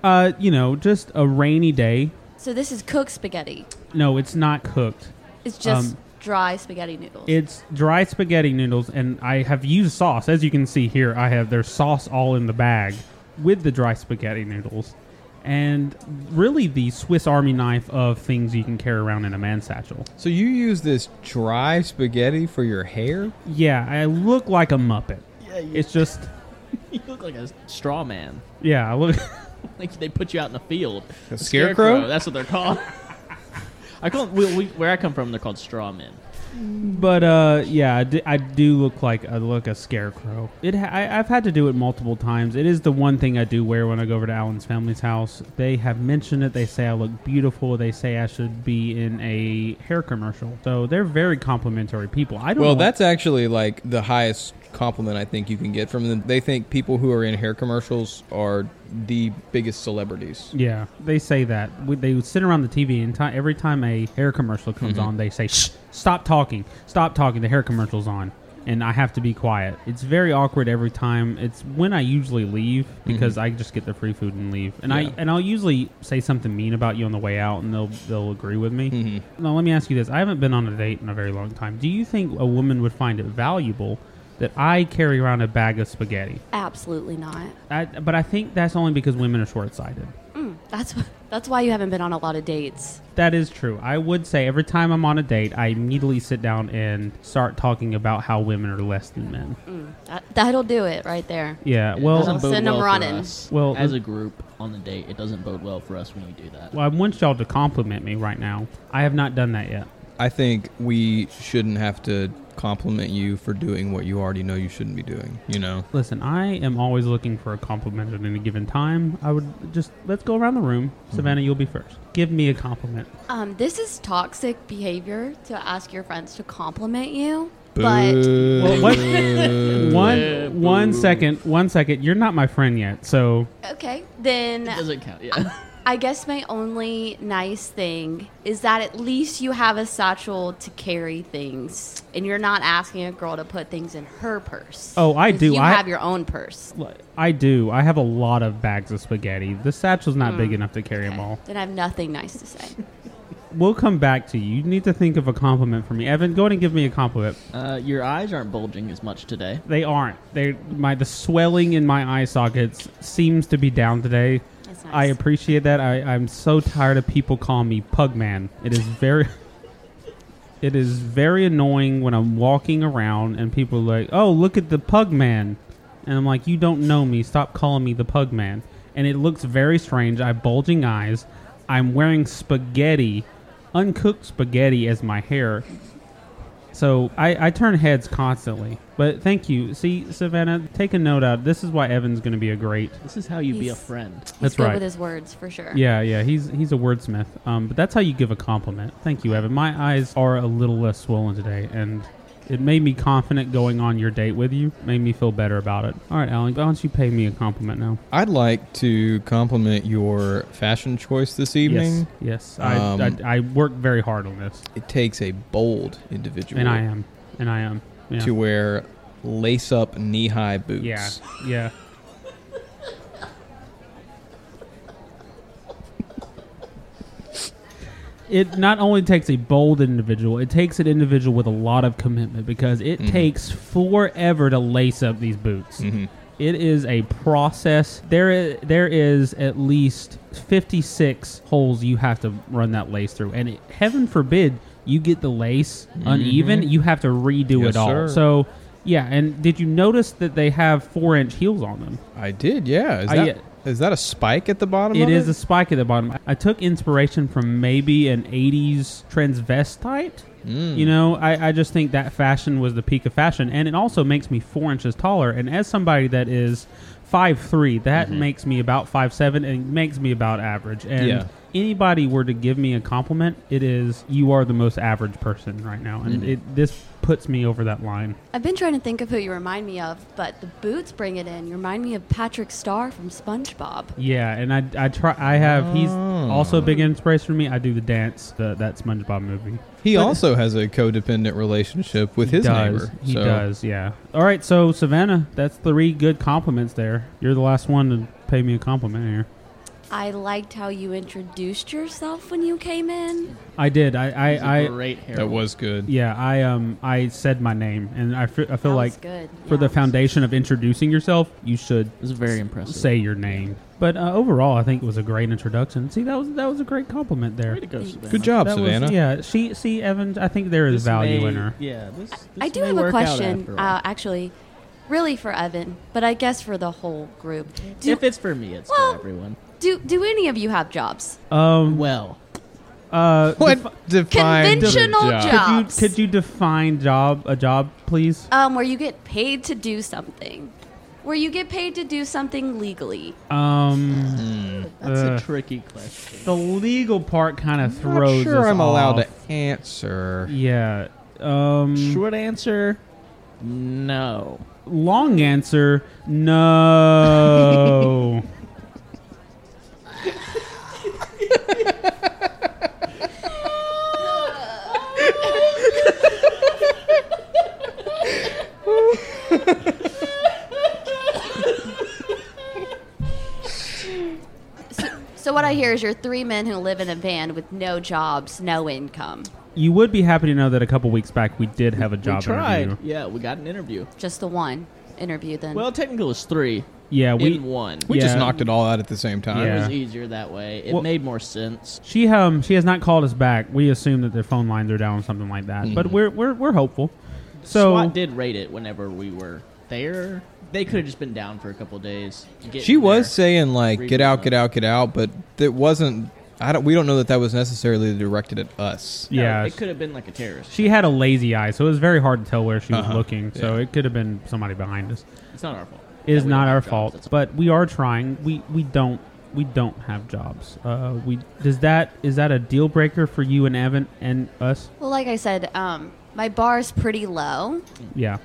Uh, you know, just a rainy day. So this is cooked spaghetti. No, it's not cooked. It's just Um, dry spaghetti noodles. It's dry spaghetti noodles, and I have used sauce. As you can see here, I have there's sauce all in the bag with the dry spaghetti noodles, and really the Swiss Army knife of things you can carry around in a man satchel. So you use this dry spaghetti for your hair? Yeah, I look like a muppet. Yeah, you, It's just *laughs* you look like a straw man. yeah, I look. *laughs* Like they put you out in the field. A scarecrow? That's what they're called. *laughs* I call we, we, where I come from. They're called straw men. But uh, yeah, I d- I do, look like I look a scarecrow. It ha- I, I've had to do it multiple times. It is the one thing I do wear when I go over to Alan's family's house. They have mentioned it. They say I look beautiful. They say I should be in a hair commercial. So they're very complimentary people. I don't. Well, know- that's actually like the highest compliment I think you can get from them. They think people who are in hair commercials are the biggest celebrities. yeah. They say that we, they would sit around the TV and ti every time a hair commercial comes on, they say, "Shh, stop talking, stop talking." The hair commercial's on. And I have to be quiet. It's very awkward every time. It's when I usually leave because I just get the free food and leave. And I Yeah. and I'll usually say something mean about you on the way out, and they'll they'll agree with me. Now let me ask you this: I haven't been on a date in a very long time. Do you think a woman would find it valuable that I carry around a bag of spaghetti? Absolutely not. I, but I think that's only because women are short sighted. That's wh- that's why you haven't been on a lot of dates. That is true. I would say every time I'm on a date, I immediately sit down and start talking about how women are less than men. That, that'll do it right there. Yeah. It Well, doesn't bode Send 'em well for running. us. Well, as the- a group on the date, it doesn't bode well for us when we do that. well, I want y'all to compliment me right now. I have not done that yet. I think we shouldn't have to compliment you for doing what you already know you shouldn't be doing, you know? Listen, I am always looking for a compliment at any given time. I would just let's go around the room. Savannah, you'll be first. Give me a compliment. Um, this is toxic behavior to ask your friends to compliment you. Boo. Well, what? one one second, one second. You're not my friend yet, so But okay, then It doesn't count. Yeah. *laughs* I guess my only nice thing is that at least you have a satchel to carry things, and you're not asking a girl to put things in her purse. Oh, I 'Cause do. You I- have your own purse. I do. I have a lot of bags of spaghetti. The satchel's not big enough to carry them all. Then I have nothing nice to say. We'll come back to you. You need to think of a compliment for me. Evan, go ahead and give me a compliment. Uh, your eyes aren't bulging as much today. They aren't. They my the swelling in my eye sockets seems to be down today. That's nice. I appreciate that. I, I'm so tired of people calling me Pugman. It is very *laughs* It is very annoying when I'm walking around and people are like, Oh, look at the Pugman and I'm like, You don't know me, stop calling me the Pugman and it looks very strange. I have bulging eyes. I'm wearing spaghetti, uncooked spaghetti as my hair. So I, I turn heads constantly. But thank you. See, Savannah, take a note out. This is why Evan's going to be a great. This is how you be a He's- friend. He's That's good right. with his words for sure. Yeah, yeah. He's he's a wordsmith. Um, but that's how you give a compliment. Thank you, Evan. My eyes are a little less swollen today, and it made me confident going on your date with you. Made me feel better about it. All right, Alan, why don't you pay me a compliment now? I'd like to compliment your fashion choice this evening. Yes, yes. Um, I, I I worked very hard on this, It takes a bold individual and I am. and I am. Yeah. to wear lace up knee high boots. Yeah, yeah. It not only takes a bold individual, it takes an individual with a lot of commitment because it Mm-hmm. takes forever to lace up these boots. It is a process. There is there is at least 56 holes you have to run that lace through. And it, heaven forbid you get the lace uneven, you have to redo Mm-hmm. Yes, it all. sir. So yeah, and did you notice that they have four inch heels on them? I did. Yeah. Is I- uh, that is that a spike at the bottom? It of is a spike at the bottom. I took inspiration from maybe an 80s transvestite. You know, I, I just think that fashion was the peak of fashion. And it also makes me four inches taller. And as somebody that is five three, that makes me about five seven, and makes me about average. And Yeah. anybody were to give me a compliment, it is, you are the most average person right now. And it, this puts me over that line. I've been trying to think of who you remind me of, but the boots bring it in. You remind me of Patrick Starr from SpongeBob. Yeah, and I, I try. I have. He's also a big inspiration for me. I do the dance, the, that SpongeBob movie. He also has a codependent relationship with his does. neighbor. He so- does. Yeah. All right. So Savannah, that's three good compliments there. You're the last one to pay me a compliment here. I liked how you introduced yourself when you came in. I did. I. He's a I. I great hair. That was good. yeah. I um. I said my name, and I fe- I feel That was like good, for yeah. the foundation of introducing yourself, you should It was very impressive. say your name. But uh, overall, I think it was a great introduction. See, that was that was a great compliment there. Way to go, Savannah. Good job, That was- Savannah. yeah. She. See, Evans. I think there is This value may- in her. Yeah, this, this I do may have a work out question, after all. uh, actually, really for Evan, but I guess for the whole group. Do, if it's for me, it's Well- for everyone. do, do any of you have jobs? Um. Well, Uh. *laughs* What defines Conventional a job? job. Could you, Jobs. could you define job a job, please? Um, where you get paid to do something. Where you get paid to do something legally. Uh, Um. that's Uh, a tricky question. The legal part kind of I'm throws. not sure us I'm allowed off. to answer. Yeah. Um. Short answer, no. Long answer. *laughs* No. So what I hear is you're three men who live in a van with no jobs, no income. you would be happy to know that a couple weeks back we did have a we job tried. interview. Yeah, we got an interview. Just the one interview then. Well, technically, it was three Yeah. We. in one. We just Yeah. knocked it all out at the same time. It Yeah. was easier that way. It Well- made more sense. She um she has not called us back. We assume that their phone lines are down or something like that. Hmm. But we're we're we're hopeful. So SWAT did rate it whenever we were there. They could have just been down for a couple days. getting She was there. saying like, "Get Reading out, that. get out, get out," but it wasn't. I don't. We don't know that that was necessarily directed at us. No, yeah, it could have been like a terrorist. she had a lazy eye, so it was very hard to tell where she was Uh-huh. looking. So Yeah. it could have been somebody behind us. It's not our fault. It is That we not don't our have jobs, fault, that's- but we are trying. We we don't we don't have jobs. Uh, we does that is that a deal breaker for you and Evan and us? Well, like I said, um, my bar is pretty low. Yeah,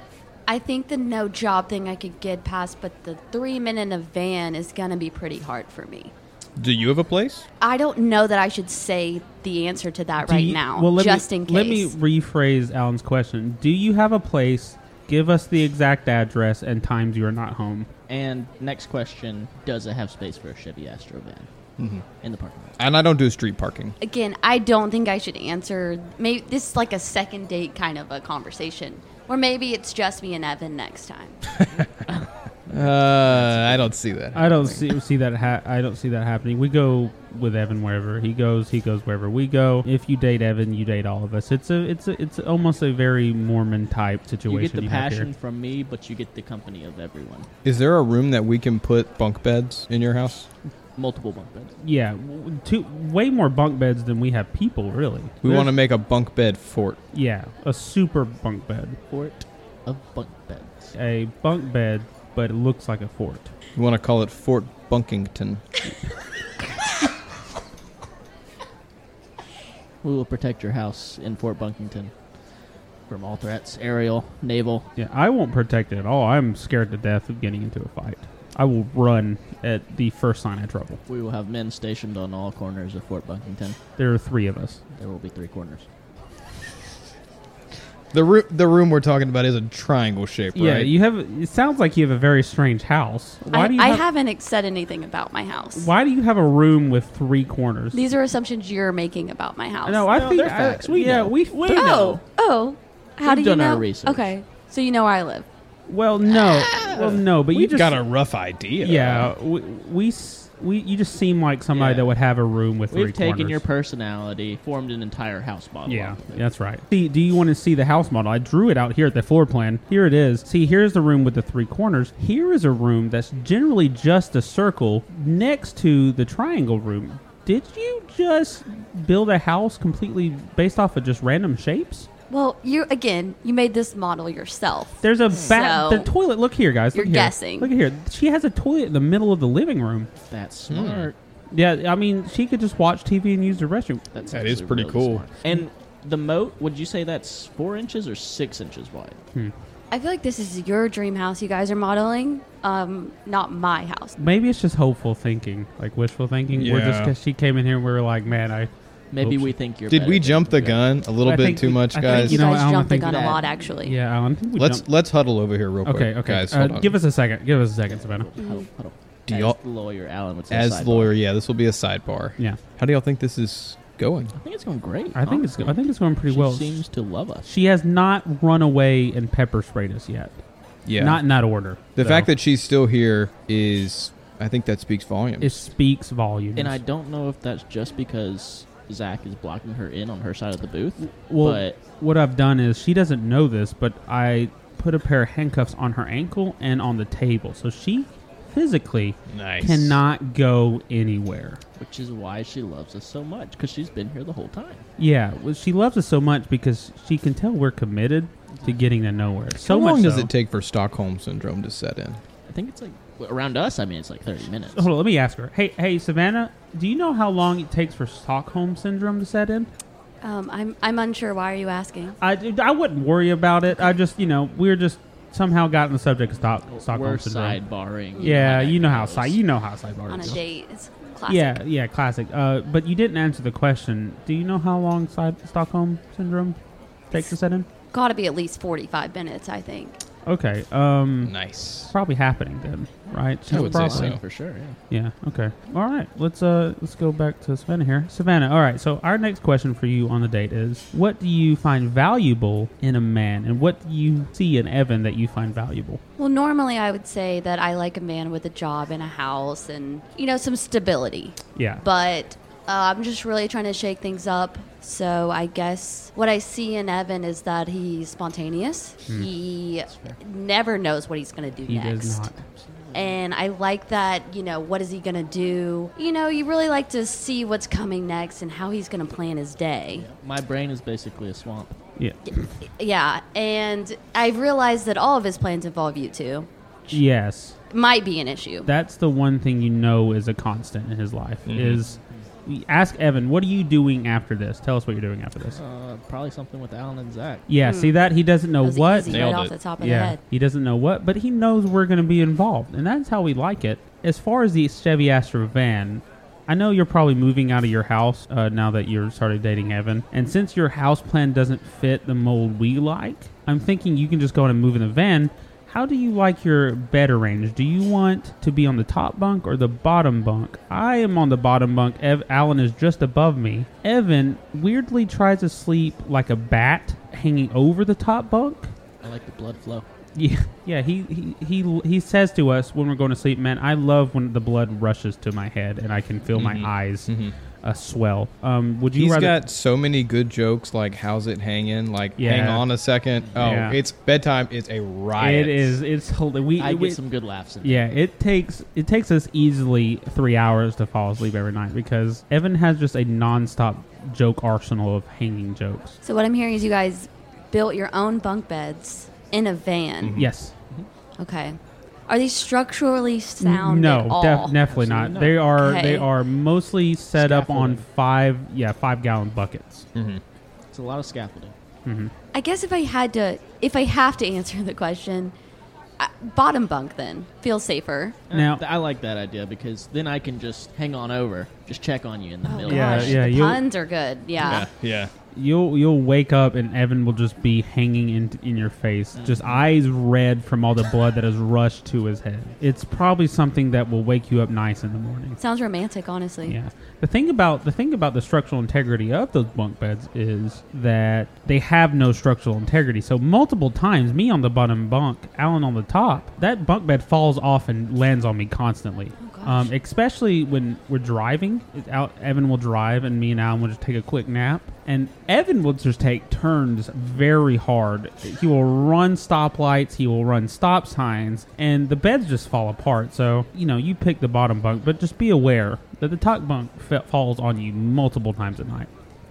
I think the no job thing I could get past, but the three men in a van is going to be pretty hard for me. Do you have a place? I don't know that I should say the answer to that Do right you- now, Well, let just me, in case. Let me rephrase Alan's question. Do you have a place? Give us the exact address and times you are not home. And next question: Does it have space for a Chevy Astro van Mm-hmm. in the parking lot? And I don't do street parking. Again, I don't think I should answer. Maybe this is like a second date kind of a conversation, or maybe it's just me and Evan next time. Uh, I don't see that. I don't see see that. Ha- I don't see that happening. We go with Evan wherever he goes. He goes wherever we go. If you date Evan, you date all of us. It's a it's a, it's almost a very Mormon type situation. You get the have here. passion from me, but you get the company of everyone. Is there a room that we can put bunk beds in your house? Multiple bunk beds. Yeah, w- two way more bunk beds than we have people. Really, We There's- want to make a bunk bed fort. Yeah, a super bunk bed, Fort of bunk beds. a bunk bed, but it looks like a fort. We want to call it Fort Bunkington. We will protect your house in Fort Bunkington from all threats, aerial, naval. Yeah, I won't protect it at all. I'm scared to death of getting into a fight. I will run at the first sign of trouble. We will have men stationed on all corners of Fort Bunkington. There are three of us. There will be three corners. The room, the room we're talking about is a triangle shape, Yeah, right? you have. It sounds like you have a very strange house. Why I, do you? I have, haven't said anything about my house. Why do you have a room with three corners? These are assumptions you're making about my house. no, I No, think they're I- facts. We yeah, know. we We but- oh, know. oh. How We've do you done know? our research. Okay, so you know where I live. Well, no, well, no, but you We've just got a rough idea. Yeah, we we, s- we you just seem like somebody Yeah. that would have a room with We've three taken corners. your personality, formed an entire house model. yeah, off of it. that's right. See, do you want to see the house model? I drew it out here at the floor plan. Here it is. See, here's the room with the three corners. Here is a room that's generally just a circle next to the triangle room. Did you just build a house completely based off of just random shapes? Well, you again. You made this model yourself. There's a bat. So- the toilet. Look here, guys. Look here. You're guessing. Look at here. She has a toilet in the middle of the living room. That's Hmm. smart. Yeah, I mean, she could just watch TV and use the restroom. That's That is actually pretty really cool. smart. And the moat, would you say that's four inches or six inches wide? I feel like this is your dream house. You guys are modeling, um, not my house. Maybe it's just hopeful thinking, like wishful thinking. We're just Yeah. because she came in here, and we were like, man, I. Maybe Oops. we think you're. Did better we than jump the you guys. gun a little I bit think too we- much, I think guys? You, You know, guys I don't jumped the think gun a that- lot, actually. Yeah, Alan. I think we let's jumped- let's huddle over here real quick. Okay, okay. Guys, uh, hold on. give us a second. Give us a second, Savannah. Huddle, huddle. Do As y'all- lawyer Alan would say. as sidebar. lawyer. Yeah, this will be a sidebar. Yeah, How do y'all think this is going? I think it's going great. I think it's. honestly. I think it's going pretty she well. seems to love us. She has not run away and pepper sprayed us yet. Yeah, Not in that order. the so fact that she's still here is, I think that speaks volumes. it speaks volumes. And I don't know if that's just because Zach is blocking her in on her side of the booth. Well, but what I've done is she doesn't know this, but I put a pair of handcuffs on her ankle and on the table, so she physically Nice. cannot go anywhere. which is why she loves us so much because she's been here the whole time. Yeah, well, she loves us so much because she can tell we're committed to getting to nowhere. So How long much does so- it take for Stockholm syndrome to set in? I think it's like well, around us. I mean, it's like thirty minutes. Hold on, let me ask her. Hey, hey, Savannah, do you know how long it takes for Stockholm syndrome to set in? Um, I'm I'm unsure. Why are you asking? I, I wouldn't worry about it. I just, you know, we're just somehow got on the subject of Stock, Stockholm We're syndrome. sidebarring. Yeah, that you know how goes. side you know how sidebar On a is. date, it's classic. Yeah, yeah, classic. Uh, but you didn't answer the question. Do you know how long side, Stockholm syndrome takes to set in? Got to be at least 45 minutes, I think. Okay, um, Nice. it's probably happening then, right? I would say probably, so. Yeah, for sure. Yeah. Yeah. Okay. All right. Let's uh let's go back to Savannah here. Savannah. All right. So our next question for you on the date is: What do you find valuable in a man, and what do you see in Evan that you find valuable? Well, normally I would say that I like a man with a job and a house and, you know, some stability. Yeah. But uh, I'm just really trying to shake things up. So I guess what I see in Evan is that he's spontaneous. He never knows what he's going to do Hmm. he next. does not. And I like that, you know, what is he going to do? You know, you really like to see what's coming next and how he's going to plan his day. My brain is basically a swamp. Yeah. Yeah, and I've realized that all of his plans involve you two. Yes. Might be an issue. That's the one thing you know is a constant in his life. Mm-hmm. Is we ask Evan, what are you doing after this? Tell us what you're doing after this. Uh, probably something with Alan and Zach. yeah. See that he doesn't know Hmm. That was what. easy Nailed right off it. the top of the Yeah, head. he doesn't know what, but he knows we're going to be involved, and that's how we like it. As far as the Chevy Astro van, I know you're probably moving out of your house uh, now that you're started dating Evan, and since your house plan doesn't fit the mold we like, I'm thinking you can just go in and move in the van. How do you like your bed arranged? Do you want to be on the top bunk or the bottom bunk? I am on the bottom bunk. Ev- Alan is just above me. Evan weirdly tries to sleep like a bat hanging over the top bunk. I like the blood flow. Yeah, yeah. He, he he he says to us when we're going to sleep, man. I love when the blood rushes to my head and I can feel Mm-hmm. my eyes uh, swell. Um, would you He's rather? got so many good jokes like "How's it hanging?" Like "Hang Yeah. on a second. Oh, Yeah. it's bedtime. It's a it riot. is. It's hold- we. I we- get some good laughs. In yeah, it takes it takes us easily three hours to fall asleep every night because Evan has just a nonstop joke arsenal of hanging jokes. So what I'm hearing is you guys built your own bunk beds in a van. Mm-hmm. Mm-hmm. Yes, Okay. Are these structurally sound no, at all? def- definitely not. Absolutely not. They are they Okay. are mostly set up on Scaffolding. five yeah five gallon buckets. there. It's a lot of scaffolding. I guess if I had to, if I have to *laughs* answer the question, uh, bottom bunk then feels safer. Uh, Now- th- I like that idea because then I can just hang on over just check on you in the Oh, middle. Yeah, gosh, yeah, the you- puns are good. Yeah. Yeah, yeah. You'll you'll wake up and Evan will just be hanging in in your face, just eyes red from all the blood that has rushed to his head. It's probably something that will wake you up nice in the morning. Sounds romantic, honestly. Yeah. The thing about the thing about the structural integrity of those bunk beds is that they have no structural integrity. So multiple times, me on the bottom bunk, Alan on the top, that bunk bed falls off and lands on me constantly. gosh. um, especially when we're driving, It's out Evan will drive and me and Alan will just take a quick nap. And Evan will just take turns very hard. He will run stoplights, he will run stop signs, and the beds just fall apart. So, you know, you pick the bottom bunk, but just be aware that the top bunk fa- falls on you multiple times at night.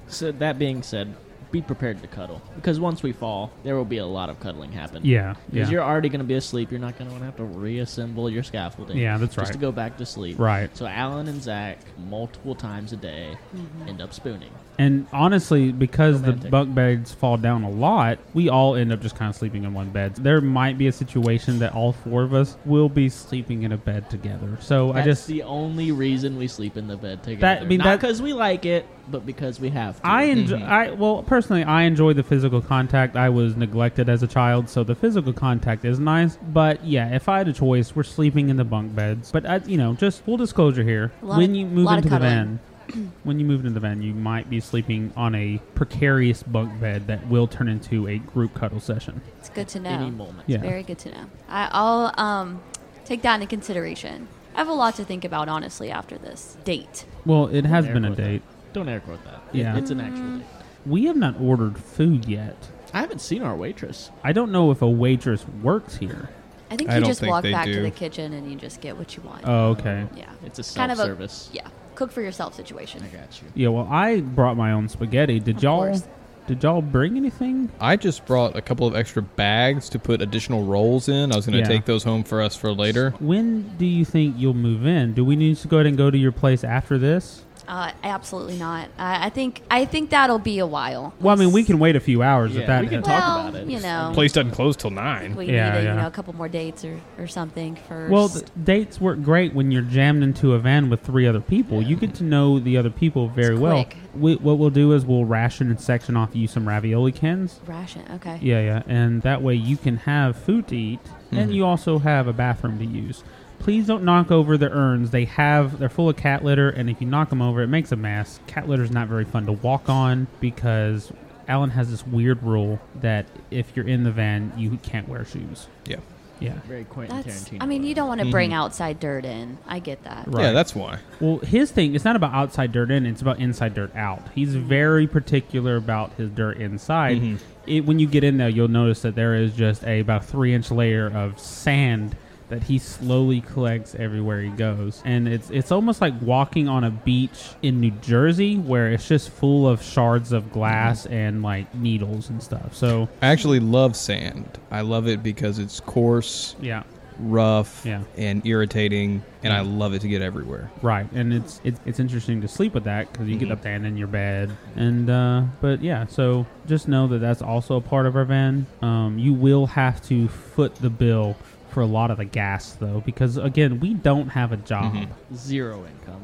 So that being said, be prepared to cuddle because once we fall, there will be a lot of cuddling happen. Yeah, Because yeah. you're already going to be asleep. You're not going to want to have to reassemble your scaffolding. Yeah, that's Just right. to go back to sleep. Right. So Alan and Zach, multiple times a day, Mm-hmm. end up spooning. And honestly, because the Romantic. bunk beds fall down a lot, we all end up just kind of sleeping in one bed. There might be a situation that all four of us will be sleeping in a bed together. So That's I just the only reason we sleep in the bed together. That- I mean, not that- because we like it, but because we have to. I enjoy. I well, personally, I enjoy the physical contact. I was neglected as a child, so the physical contact is nice. But yeah, if I had a choice, we're sleeping in the bunk beds. But I, you know, just full disclosure here: A lot when of- you move lot of into the cuddling. van, *clears throat* when you move into the van, you might be sleeping on a precarious bunk bed that will turn into a group cuddle session. It's good to know. any moment. Yeah. Very good to know. I, I'll um, take that into consideration. I have a lot to think about, honestly, after this date. Well, it has Air been a quote that. date. Don't air quote that. Yeah. It's an actual date. We have not ordered food yet. I haven't seen our waitress. I don't know if a waitress works here. I think I you don't just think walk they back to do. the kitchen and you just get what you want. Oh, okay. yeah. It's a Kind of a- self-service. Yeah. Cook for yourself situation. I got you. Yeah. Well, I brought my own spaghetti. Did y'all? course. Did y'all bring anything? I just brought a couple of extra bags to put additional rolls in. I was going to Yeah. take those home for us for later. When do you think you'll move in? Do we need to go ahead and go to your place after this? Uh, absolutely not. I, I think I think that'll be a while. Well, I mean, we can wait a few hours if Yeah, that. we can well, talk about it. You know, Place doesn't close till nine. we Yeah, need a, yeah. you know a couple more dates or, or something first. well, the dates work great when you're jammed into a van with three other people. You get to know the other people very well. quick. We, what we'll do is we'll ration and section off you some ravioli cans. ration. Okay. Yeah, yeah, and that way you can have food to eat, and you also have a bathroom to use. Please don't knock over the urns. They have they're full of cat litter, and if you knock them over, it makes a mess. Cat litter is not very fun to walk on because Alan has this weird rule that if you're in the van, you can't wear shoes. Yeah. Yeah. Very Quentin That's. Tarantino. I mean, you don't want to bring outside dirt in. I get that. Right. Yeah, that's why. Well, his thing it's not about outside dirt in; it's about inside dirt out. He's very particular about his dirt inside. It, when you get in there, you'll notice that there is just a about three inch layer of sand that he slowly collects everywhere he goes, and it's it's almost like walking on a beach in New Jersey where it's just full of shards of glass and like needles and stuff. So I actually love sand. I love it because it's coarse, yeah. rough, Yeah. and irritating, and I love it to get everywhere. Right, and it's it's, it's interesting to sleep with that because you Mm-hmm. get up and in your bed, and uh, but yeah, so just know that that's also a part of our van. Um, you will have to foot the bill for a lot of the gas though, because again, we don't have a job. Mm-hmm. zero income.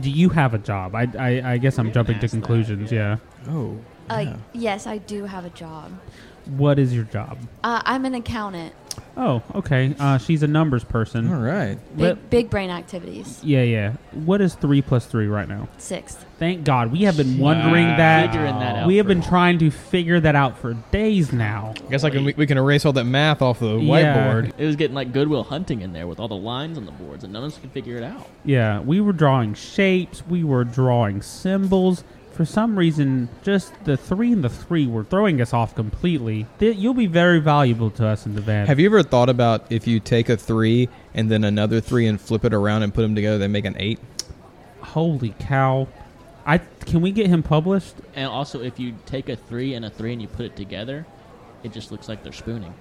Do you have a job? I I, I guess I'm didn't jumping to ask that, conclusions. yeah. Oh. Uh, yes, I do have a job. what is your job? Uh, I'm an accountant. Oh, okay. Uh, she's a numbers person. All right. Big, Let- big brain activities. Yeah, yeah. What is three plus three right now? Sixth. Thank God. We have been wondering that. Uh, Figuring that out we have been for- trying to figure that out for days now. I guess I can, we, we can erase all that math off the Yeah. whiteboard. It was getting like Goodwill Hunting in there with all the lines on the boards, and none of us could figure it out. Yeah, we were drawing shapes, we were drawing symbols. For some reason, just the three and the three were throwing us off completely. Th- you'll be very valuable to us in the van. Have you ever thought about if you take a three and then another three and flip it around and put them together, they make an eight? Holy cow! I can we get him published? And also, if you take a three and a three and you put it together, it just looks like they're spooning.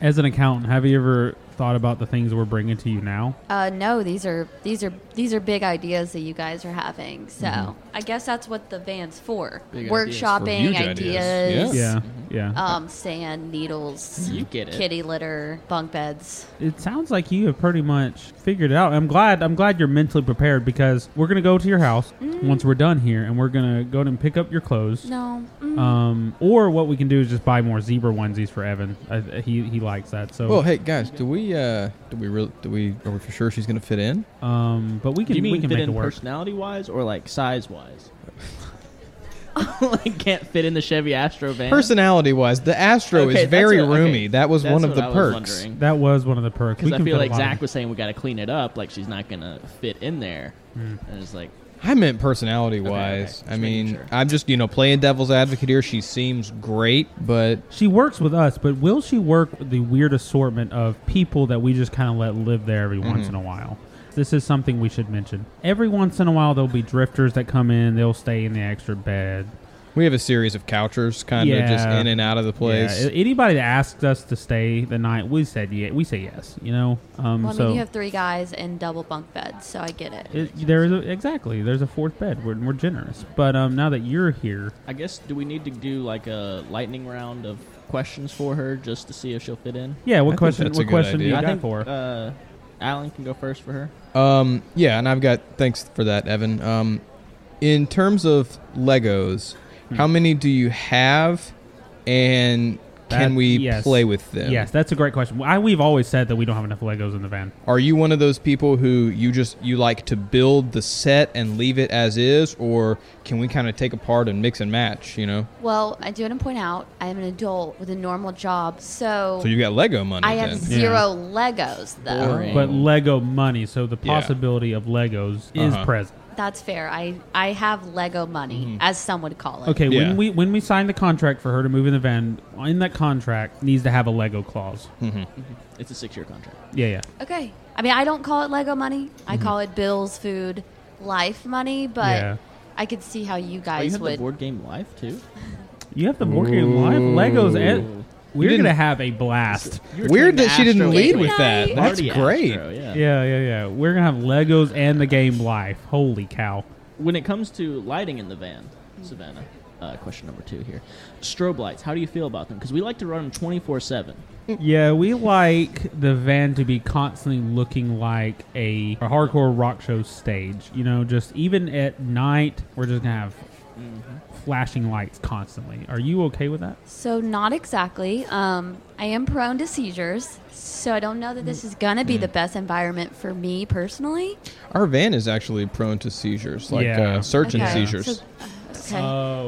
As an accountant, have you ever thought about the things we're bringing to you now? Uh, no, these are these are these are big ideas that you guys are having. So I guess that's what the van's for: Big ideas. workshopping For huge ideas, ideas. Yeah. Yeah. Um, sand, needles, You get it. kitty litter, bunk beds. It sounds like you have pretty much figured it out. I'm glad. I'm glad you're mentally prepared because we're gonna go to your house once we're done here, and we're gonna go and pick up your clothes. No. Mm. Um, or what we can do is just buy more zebra onesies for Evan. I, he he likes that. Oh, So, Well, hey guys, do we uh do we really do we are we for sure she's gonna fit in? um, but we Do can you mean we can fit make it in work. personality wise or like size wise? *laughs* like can't fit in the Chevy Astro van. Personality wise, the Astro Okay, is that's very what- okay. roomy. That was That's one of what the I was perks. wondering. That was one of the perks. Because We I can feel fit a like lot Zach of- was saying we got to clean it up. Like she's not gonna fit in there. Hmm. And it's like I meant personality okay. wise. Just I making mean, sure. I'm just you know playing devil's advocate here. She seems great, but She works with us, but will she work with the weird assortment of people that we just kind of let live there every Mm-hmm. once in a while? This is something we should mention. Every once in a while, there'll be drifters that come in. They'll stay in the extra bed. we have a series of couchers kind of just Yeah. in and out of the place. Yeah, a- anybody that asked us to stay the night, we said yeah, we say yes. You know, um, Well, I so mean, you have three guys and double bunk beds, so I get it. it, there is a, exactly there's a fourth bed. We're, we're generous, but um, now that you're here, I guess do we need to do like a lightning round of questions for her just to see if she'll fit in? yeah. What think question? that's a What good question do idea. you I got think for? her? uh, Alan can go first for her. Um, yeah, and I've got thanks for that, Evan. Um, in terms of Legos, Hmm. how many do you have, and can That- we yes. play with them? yes, that's a great question. I, we've always said that we don't have enough Legos in the van. Are you one of those people who you just you like to build the set and leave it as is, or can we kind of take apart and mix and match? You know, Well, I do want to point out I am an adult with a normal job, so, so you got Lego money. I have then. zero Legos though. Boring. but Lego money. So the Yeah. possibility of Legos is Uh-huh. present. That's fair. I I have Lego money, as some would call it. Okay, Yeah. when we when we sign the contract for her to move in the van, in that contract needs to have a Lego clause. Hmm. It's a six-year contract. Yeah, yeah. Okay. I mean, I don't call it Lego money. I call it bills, food, life money. But Yeah. I could see how you Oh, you guys have the would. board game live too. You have to work your life. Legos. And, we're didn't- gonna have a blast. You were taking Weird the that she didn't Astro lead game. with that. Nice. That's Party great. Astro, yeah. Yeah, yeah, yeah. We're gonna have Legos and the game life. Holy cow! When it comes to lighting in the van, Savannah, uh, question number two here: strobe lights. How do you feel about them? Because we like to run them twenty-four-seven. Yeah, we like the van to be constantly looking like a, a hardcore rock show stage. You know, just even at night, we're just gonna have Mm-hmm. flashing lights constantly. Are you okay with that? So not exactly. Um, I am prone to seizures, so I don't know that this is gonna be the best environment for me personally. Our van is actually prone to seizures, like Yeah. uh, search and Okay. seizures. So- uh, okay.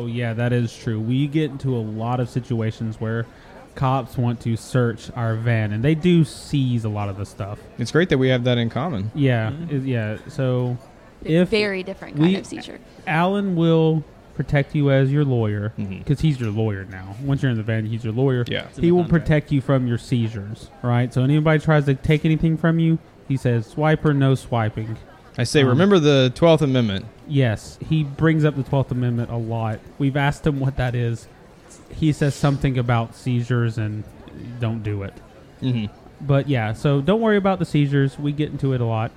Oh, yeah, that is true. We get into a lot of situations where cops want to search our van, and they do seize a lot of the stuff. It's great that we have that in common. Yeah, it- yeah. So, if Very different kind we- of seizure. Alan will protect you as your lawyer because he's your lawyer now. Once you're in the van, he's your lawyer. Yeah. in he the will contract. protect you from your seizures. Right. So anybody tries to take anything from you, he says swipe or no swiping. I say, remember the Twelfth Amendment. Yes, he brings up the Twelfth Amendment a lot. We've asked him what that is. He says something about seizures and don't do it. Mm-hmm. But yeah, so don't worry about the seizures. We get into it a lot.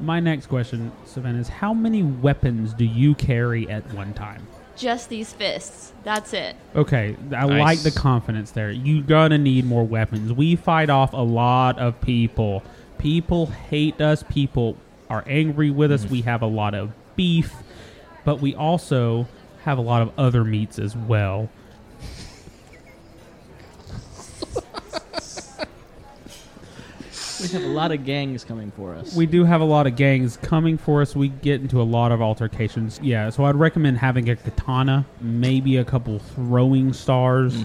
My next question, Savannah, is how many weapons do you carry at one time? Just these fists. That's it. Okay, I Nice. like the confidence there. You're gonna need more weapons. We fight off a lot of people. People hate us. People are angry with us. We have a lot of beef, but we also have a lot of other meats as well. We have a lot of gangs coming for us. We do have a lot of gangs coming for us. We get into a lot of altercations. Yeah, so I'd recommend having a katana, maybe a couple throwing stars,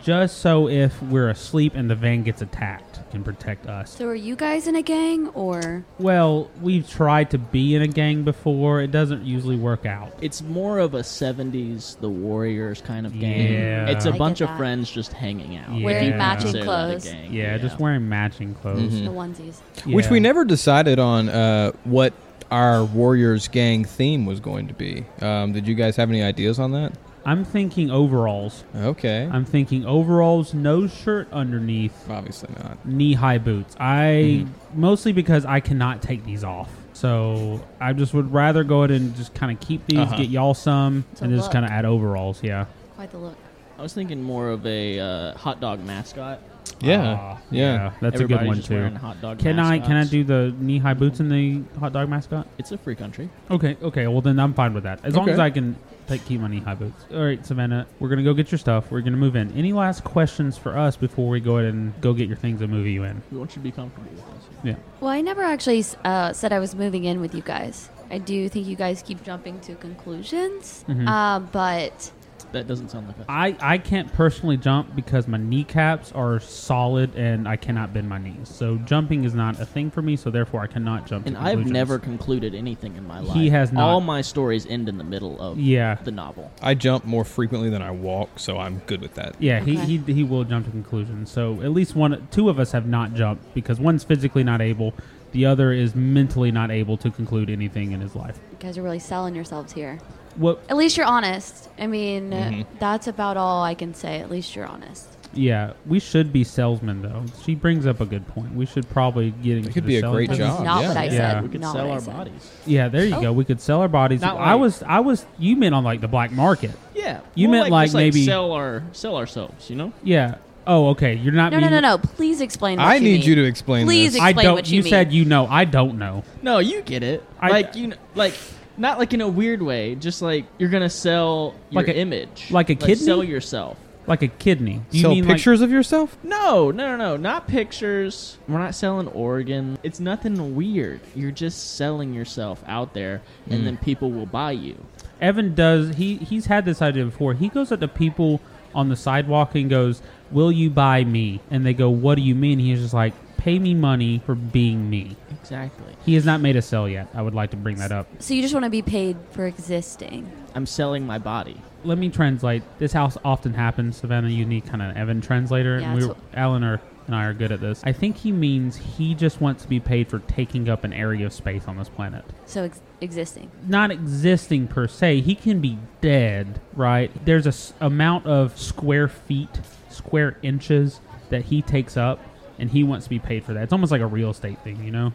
just so if we're asleep and the van gets attacked, can protect us. So are you guys in a gang or? Well, we've tried to be in a gang before. It doesn't usually work out. It's more of a 70s The Warriors kind of game. Yeah. It's I a get bunch of that. friends just hanging out. Yeah. Wearing Yeah. matching Consider that a clothes. gang, Yeah, just wearing matching clothes. The onesies. Which Yeah. we never decided on uh, what our Warriors gang theme was going to be. Um, did you guys have any ideas on that? I'm thinking overalls. Okay. I'm thinking overalls, no shirt underneath, Obviously not. knee high boots. I mostly because I cannot take these off. So I just would rather go ahead and just kind of keep these, Uh-huh. get y'all some, It's a and just look. kind of add overalls. Yeah. Quite the look. I was thinking more of a uh, hot dog mascot. Yeah, Ah, yeah. that's Everybody's a good one just too. wearing hot dog can I can I mascots. do the knee high boots in the hot dog mascot? It's a free country. Okay, okay. Well, then I'm fine with that. As long Okay. as I can take keep my knee high boots. All right, Savannah, we're gonna go get your stuff. We're gonna move in. Any last questions for us before we go ahead and go get your things and move you in? We want you to be comfortable with us. Yeah. Well, I never actually uh, said I was moving in with you guys. I do think you guys keep jumping to conclusions, Mm-hmm. uh, but That doesn't sound like a I, I can't personally jump because my kneecaps are solid and I cannot bend my knees. So jumping is not a thing for me. So therefore, I cannot jump. to And I've conclusions. never concluded anything in my life. He has not. All my stories end in the middle of Yeah. the novel. I jump more frequently than I walk, so I'm good with that. Yeah, Okay. he, he he will jump to conclusions. So at least one, two of us have not jumped because one's physically not able, the other is mentally not able to conclude anything in his life. you guys are really selling yourselves here. What? At least you're honest. I mean, Mm-hmm. that's about all I can say. At least you're honest. Yeah, we should be salesmen though. She brings up a good point. We should probably get into could the be a selling great That's business. job, not yeah. what I Yeah. said. We could Not sell what I our said. bodies. Yeah, there you Oh. go. We could sell our bodies. Not I like- was I was you meant on like the black market. Yeah. You More meant like just, maybe- sell our sell ourselves, you know? Yeah. Oh, okay. You're not. No, no, no, meaning- no. Please explain. What I you need mean. you to explain Please this. I explain don't. what you you, said mean. you know. I don't know. No, you get it. I- like you know, like not like in a weird way, just like you're going to sell your Like a- image. like a kidney? sell yourself. Like a kidney. Do you Sell mean like- pictures of yourself? No, no, no, no, not pictures. We're not selling Oregon. It's nothing weird. You're just selling yourself out there, Mm. and then people will buy you. Evan does. He he's had this idea before. He goes up to people on the sidewalk and goes, "Will you buy me?" And they go, "What do you mean?" He's just like, "Pay me money for being me." Exactly. He has not made a sell yet. I would like to bring that up. So you just want to be paid for existing. I'm selling my body. Let me translate. This house often happens. Savannah, you need kind of an Evan translator. Yeah, and we, that's what- Alan are, and I are good at this. I think he means he just wants to be paid for taking up an area of space on this planet. So ex- existing. not existing per se. He can be dead, right? There's a s- amount of square feet, square inches that he takes up, and he wants to be paid for that. It's almost like a real estate thing, you know?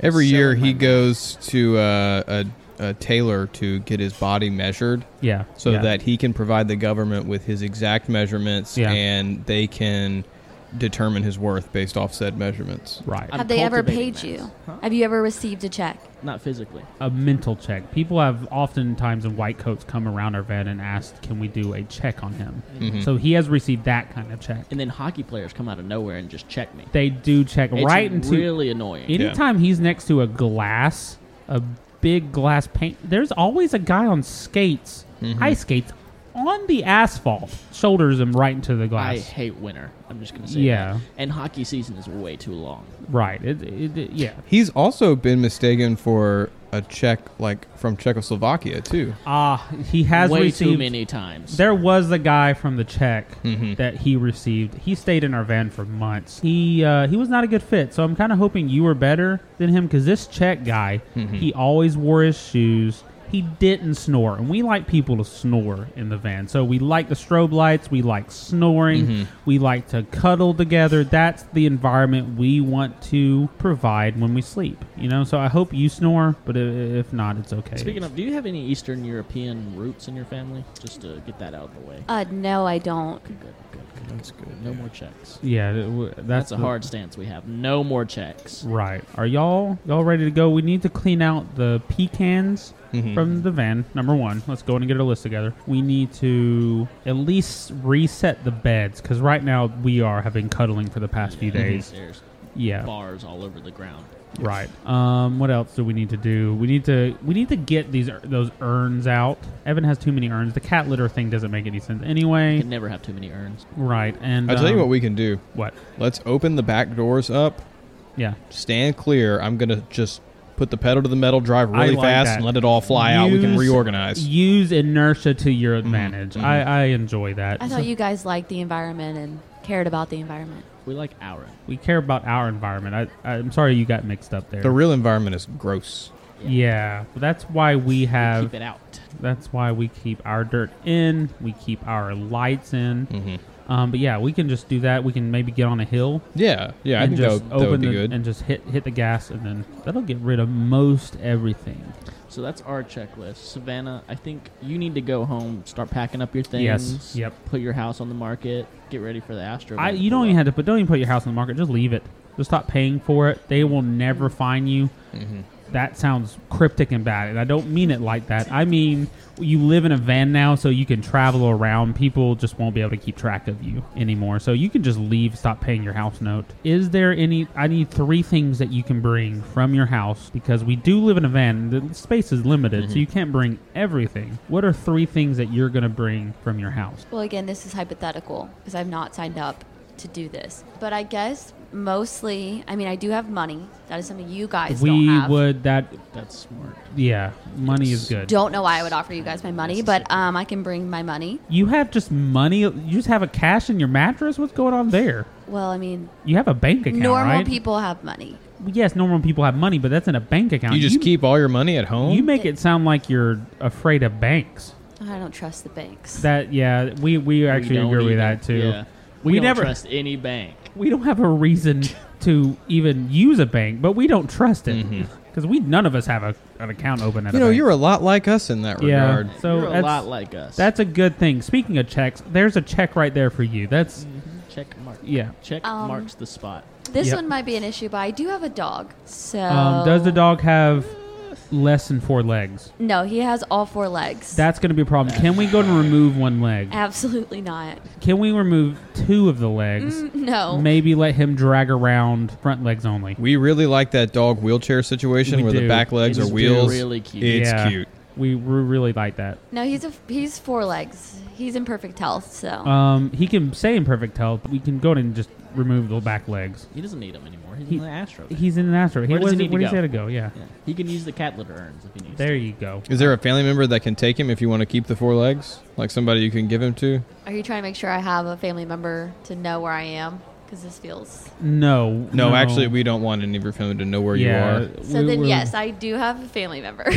Every Selling year my he body. goes to uh, a, a tailor to get his body measured Yeah. so yeah. that he can provide the government with his exact measurements Yeah. and they can determine his worth based off said measurements. right I'm Have they ever cultivating paid that. you? Huh? Have you ever received a check? Not physically. a mental check. People have oftentimes in white coats come around our vet and asked, "Can we do a check on him?" Mm-hmm. So he has received that kind of check. And then hockey players come out of nowhere and just check me. They do check It's right into really annoying. Anytime he's next to a glass, a big glass paint, there's always a guy on skates, Mm-hmm. ice skates, on the asphalt, shoulders him right into the I glass. hate winter. I'm just gonna say Yeah. that. And hockey season is way too long. right. It, it, it- yeah. He's also been mistaken for a Czech, like from Czechoslovakia, too. Ah, he has way received. too many times. There was Mm-hmm. a guy from the Czech that he received. He stayed in our van for months. He uh, he was not a good fit, so I'm kind of hoping you were better than him because this Czech guy, he always wore his shoes. He didn't snore, and we like people to snore in the van. So we like the strobe lights. We like snoring. We like to cuddle together. That's the environment we want to provide when we sleep. You know. So I hope you snore, but i- if not, it's okay. Speaking of, do you have any Eastern European roots in your family? Just to get that out of the way. Uh, no, I don't. Good, good, good. good, good. No more checks. yeah, th- w- That's a the- hard stance we have. No more checks. Right. Are y'all y'all ready to go? We need to clean out the pecans Mm-hmm. from the van. Number one, let's go in and get our list together. We need to at least reset the beds because right now we are have been cuddling for the past Mm-hmm. few days. There's Yeah. bars all over the ground. Right. Um. What else do we need to do? We need to we need to get these ur- those urns out. Evan has too many urns. The cat litter thing doesn't make any sense anyway. You never have too many urns. Right. And I'll tell you um, what we can do. What? Let's open the back doors up, Yeah. stand clear. I'm going to just put the pedal to the metal, drive I really like fast, that. and let it all fly out. We can Use- reorganize. Mm-hmm. Use inertia to your advantage. I, I enjoy that. I thought Mm-hmm. you guys liked the environment and cared about the environment. We like our. We care about our environment. I, I'm sorry you got mixed up there. The real environment is gross. yeah, but that's why we have. Keep it out. that's why we keep our dirt in. We keep our lights in. Mm-hmm. Um, but yeah, we can just do that. We can maybe get on a hill Yeah, yeah, I and think just that, would- that open would be the, good. and just hit hit the gas, and then that'll get rid of most everything. So that's our checklist. Savannah, I think you need to go home, start packing up your things. Yes. Yep. Put your house on the market. Get ready for the Astro. I, you don't even have to put don't even put your house on the market. Just leave it. Just stop paying for it. They will never Mm-hmm. find you. That sounds cryptic and bad, and I don't mean it like that. I mean you live in a van now, so you can travel around. People just won't be able to keep track of you anymore. So you can just leave. Stop paying your house note. Is there any? I need three things that you can bring from your house because we do live in a van. The space is limited, Mm-hmm. so you can't bring everything. What are three things that you're going to bring from your house? Well, again, this is hypothetical because I've not signed up to do this. But I guess mostly, I mean, I do have money. That is something you guys don't we have. would that That's smart. yeah money is good Don't know why I would offer you guys my money, but um, I can bring my money. you have just money you just have a cash in your mattress what's going on there Well, I mean, you have a bank account normal right? people have money. yes normal people have money but that's in a bank account You just keep all your money at home. you make it sound like you're afraid of banks I don't trust the banks. that yeah we we actually don't agree with either. that too Yeah. We, We don't never- trust any bank. we don't have a reason to even use a bank but we don't trust it because we none of us have a, an account open at You a know, bank. you're a lot like us in that yeah regard. so You're a that's lot like us. that's a good thing speaking of checks there's a check right there for you that's check mark. yeah Check Um, marks the spot. this Yep. one might be an issue, but I do have a dog. So Um, does the dog have less than four legs? No, he has all four legs. That's going to be a problem. Can we go and remove one leg? Absolutely not. Mm, Can we remove two of the legs? No. Maybe let him drag around front legs only. We really like that dog wheelchair situation We where do. the back legs It's are wheels. really cute. It's Yeah. cute. We re- really like that. No, he's a he's four legs. He's in perfect health, so Um, he can stay in perfect health. But we can go and just remove the back legs. He doesn't need them anymore. He's He- an Astro. He, He's in an asteroid. Where does he what need to what does he go? have to go? Yeah. yeah. he can use the cat litter urns if he needs. There to. you go. Is there a family member that can take him if you want to keep the four legs? Like somebody you can give him to? are you trying to make sure I have a family member to know where I am? Because this feels. No. No, actually, we don't want any of your family to know where yeah. you are. So we then, will- yes, I do have a family member. *laughs*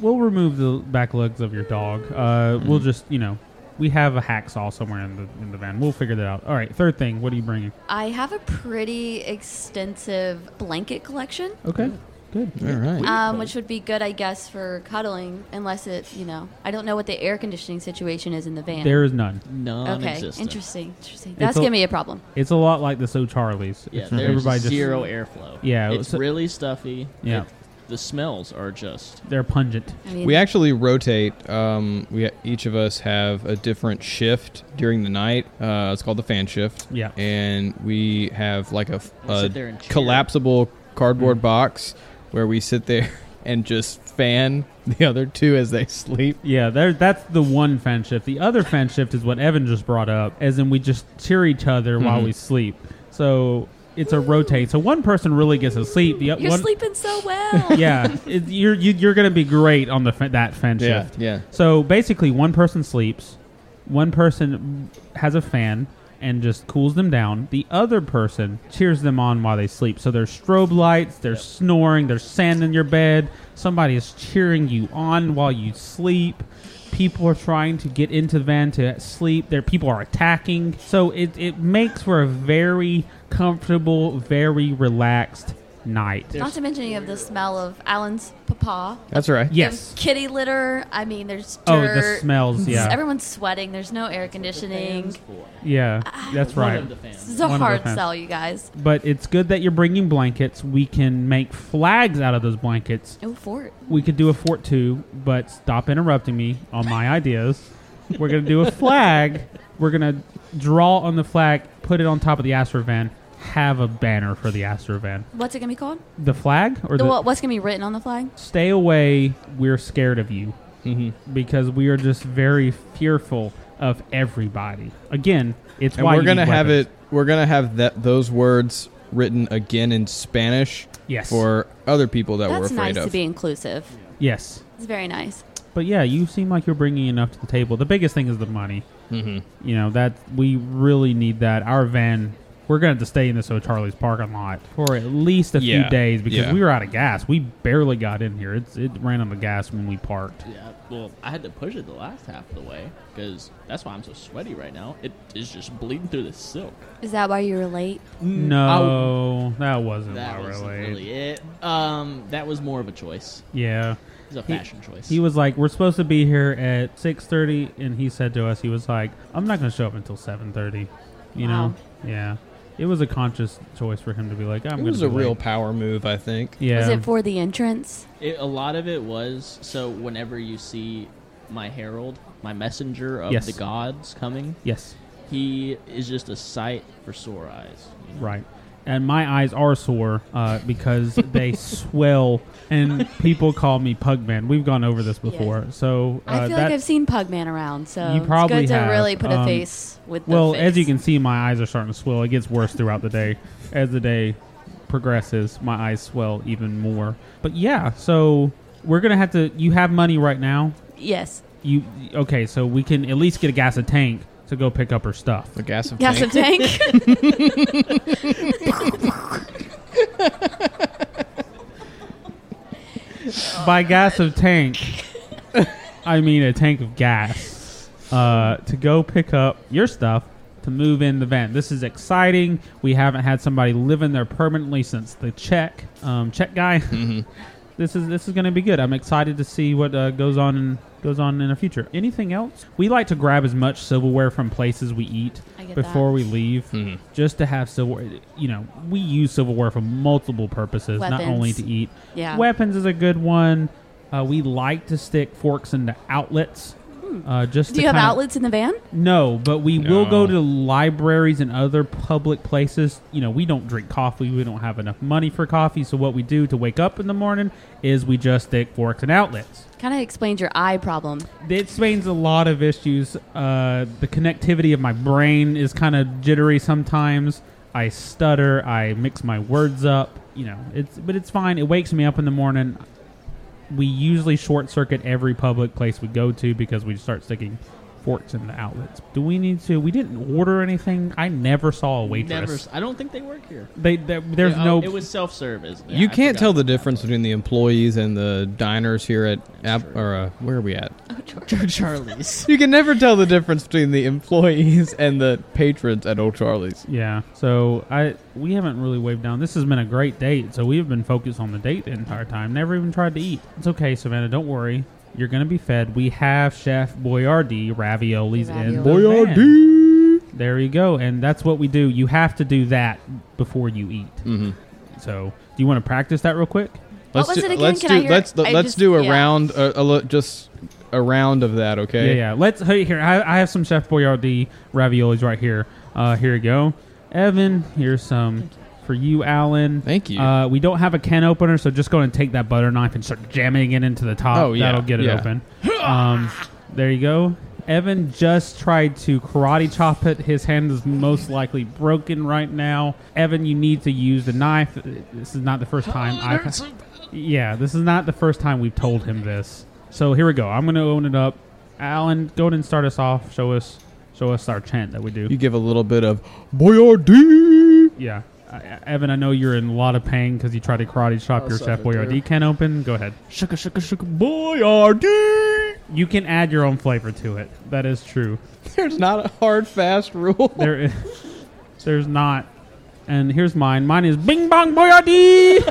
We'll remove the back legs of your dog. Uh, Mhm. We'll just, you know, we have a hacksaw somewhere in the in the van. We'll figure that out. All right. Third thing, what are you bringing? I have a pretty extensive blanket collection, Okay. Good. All right. um, which would be good, I guess, for cuddling. Unless it, you know, I don't know what the air conditioning situation is in the van. There is none. okay, Non-existent. interesting, interesting. That's a- gonna be a problem. It's a lot like the So Charlie's. *laughs* Yeah, It's- there's everybody just zero airflow. Yeah, it's so- really stuffy. Yeah. It- the smells are just they're pungent. I mean, We actually rotate. Um, we each of us have a different shift during the night. Uh, it's called the fan shift. Yeah. and we have like a, We'll a sit there and cheer. collapsible Mm. cardboard box where we sit there *laughs* and just fan the other two as they *laughs* sleep. Yeah, there. That's the one fan shift. The other fan shift is what Evan just brought up, as in we just cheer each other Mm-hmm. while we sleep. So it's a rotate. So one person really gets to sleep. The o- you're one, sleeping so well. Yeah, it, you're you, you're going to be great on the fa- that fan Yeah, shift. yeah. So basically, one person sleeps, one person has a fan and just cools them down. The other person cheers them on while they sleep. So there's strobe lights, there's snoring, there's sand in your bed. Somebody is cheering you on while you sleep. People are trying to get into the van to sleep. There, people are attacking. So it, it makes for a very comfortable, very relaxed night. Not to mention you have the smell of Alan's papa. That's right. Yes. There's kitty litter. I mean, there's dirt. Oh, the smells. It's- Yeah. Everyone's sweating. There's no air conditioning. Fans for. Yeah. That's One right. of the fans. This is a One of the hard fans. sell, you guys. But it's good that you're bringing blankets. We can make flags out of those blankets. No fort. We could do a fort too, but stop interrupting me on my ideas. We're gonna do a flag. We're gonna draw on the flag, put it on top of the Astro van, have a banner for the Astro van. What's it gonna be called? The flag or The, the, what, what's gonna be written on the flag? stay away. We're scared of you hmm because we are just very fearful of everybody. Again, it's And why we're you gonna need have weapons. it. We're gonna have that those words written again in Spanish Yes. for other people that we're That's afraid nice of. to be inclusive. Yes. It's very nice. But yeah, you seem like you're bringing enough to the table. The biggest thing is the money. Mm-hmm. You know that we really need that. Our van we're going to have to stay in this O'Charlie's parking lot for at least a Yeah. few days because Yeah. we were out of gas. We barely got in here. It's, it ran on the gas when we parked. Yeah, well, I had to push it the last half of the way because that's why I'm so sweaty right now. It is just bleeding through the silk. Is that why you were late? No, that wasn't that why we're was late. really it. Um, that was more of a choice. Yeah. It's a fashion choice. He was like, "We're supposed to be here at 6:30," and he said to us, "He was like, I'm not going to show up until 7:30." You Wow. know? Yeah. It was a conscious choice for him to be like, "I'm It going was be a real late." power move, I think. yeah. Was it for the entrance? It, a lot of it was so. Whenever you see my herald, my messenger of Yes. the gods coming, yes. he is just a sight for sore eyes. you know? Right. And my eyes are sore uh, *laughs* because they swell, and people call me Pugman. We've gone over this before, so uh, I feel that- like I've seen Pugman around, so You probably it's good to have, really put a um, face with. The Well, as face. you can see, my eyes are starting to swell. It gets worse throughout the day. As the day progresses, my eyes swell even more. But yeah, so we're gonna have to. You have money right now. yes, You okay? So we can at least get a gas a tank to go pick up her stuff. The gas of gas a tank. *laughs* tank. By gas of tank, I mean a tank of gas uh, to go pick up your stuff to move in the van. This is exciting. We haven't had somebody living there permanently since the check um, check guy. *laughs* this is this is going to be good. I'm excited to see what uh, goes on in, goes on in the future. Anything else? We like to grab as much silverware from places we eat I get before that. we leave, just to have silverware. You know, we use silverware for multiple purposes, not only Weapons. to eat. Yeah. Weapons is a good one. Uh, we like to stick forks into outlets. Uh, just Hmm. Do to you have kinda- outlets in the van? No, but we will No. go to libraries and other public places. You know, we don't drink coffee. We don't have enough money for coffee. So what we do to wake up in the morning is we just stick forks and outlets. Kind of explains your eye problem. It explains a lot of issues. Uh, the connectivity of my brain is kind of jittery sometimes. I stutter. I mix my words up. You know, it's but it's fine. It wakes me up in the morning. We usually short circuit every public place we go to because we start sticking forks in the outlets. Do we need to? We didn't order anything. I never saw a Never. waitress. s- I don't think they work here. They, there- there's Yeah, no. oh, It was self service. You can't tell the difference between the employees and the diners here at App, or uh, where are we at? *laughs* Charlie's. You can never tell the difference between the employees *laughs* and the patrons at Old Charlie's. Yeah. So I we haven't really waved down. This has been a great date. So we've been focused on the date the entire time. Never even tried to eat. It's okay, Savannah. Don't worry. You're gonna be fed. We have Chef Boyardee raviolis in the Boyardee. van. There you go. And that's what we do. You have to do that before you eat. Mm-hmm. So do you want to practice that real quick? was do, it again? Let's Can do I hear it? let's I let's just- do a yeah. round a, a lo- just a round of that. Okay. Yeah, yeah. Let's hey, here. I, I have some Chef Boyardee raviolis right here. Uh, here you go, Evan. Here's some for you, Alan. Thank you. Uh, we don't have a can opener, so just go and take that butter knife and start jamming it into the top. Oh, yeah, that'll get it yeah. open. Um, there you go. Evan just tried to karate chop it. His hand is most likely broken right now. Evan, you need to use the knife. This is not the first time I've. Yeah, this is not the first time we've told him this. So here we go. I'm going to own it up. Alan, go ahead and start us off. Show us, show us our chant that we do. You give a little bit of Boyardee. yeah, uh, Evan, I know you're in a lot of pain because you tried to karate chop your Chef Boyardee can open. Go ahead. Oh, Shaka shaka shaka boyardee. You can add your own flavor to it. That is true. There's not a hard fast rule. There is, *laughs* there's not. And here's mine. Mine is Bing Bong *laughs* Boyardee.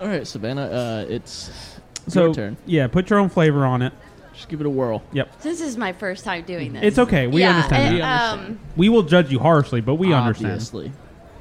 All right, Savannah. Uh, it's So your turn. yeah, put your own flavor on it. Just give it a whirl. This is my first time doing this. It's okay. We yeah, understand. and, that. um, we will judge you harshly, but Ah, we understand. Obviously.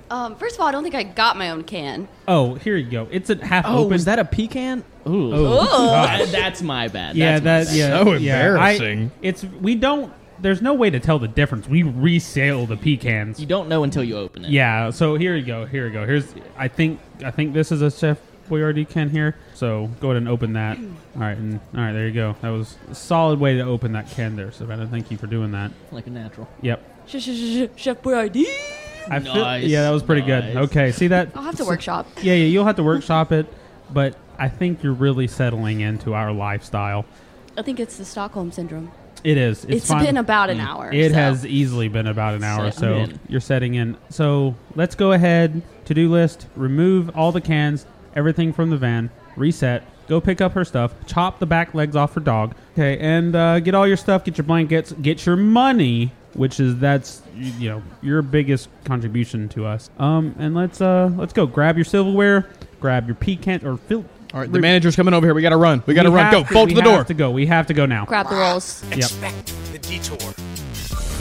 um, first of all, I don't think I got my own can. Oh, here you go. It's a half Oh, open. was that a pecan? Ooh. Oh. gosh. Uh, that's my bad. yeah, that's that yeah. So yeah. I- embarrassing. it's we don't. There's no way to tell the difference. We resale the pecans. You don't know until you open it. Yeah. So here you go. Here you go. Here's. I think. I think this is a chef we already can here. So go ahead and open that. All right, and all right, there you go. That was a solid way to open that can there, Savannah. Thank you for doing that. like a natural. Yep. Sh- sh- sh- sh- Chef Boyardee. I feel- Nice, yeah, that was pretty nice. good. Okay, see that? I'll have to workshop. Yeah, yeah, you'll have to workshop it, but I think you're really settling into our lifestyle. I think it's the Stockholm syndrome. It is. It's, it's fine. Mm. been about an hour. It so. mm. has easily been about an hour, Set so in. you're setting in. So let's go ahead, to do list, remove all the cans, everything from the van, reset, go pick up her stuff, chop the back legs off her dog, okay, and uh, get all your stuff, get your blankets, get your money, which is that's you you know your biggest contribution to us. Um, and let's uh let's go grab your silverware, grab your pecan or fill. All right, the manager's coming over here. We got to run. We got to run. Go. have bolt we to the have door. To go, we have to go now. Grab the rolls. Yep. Expect the detour.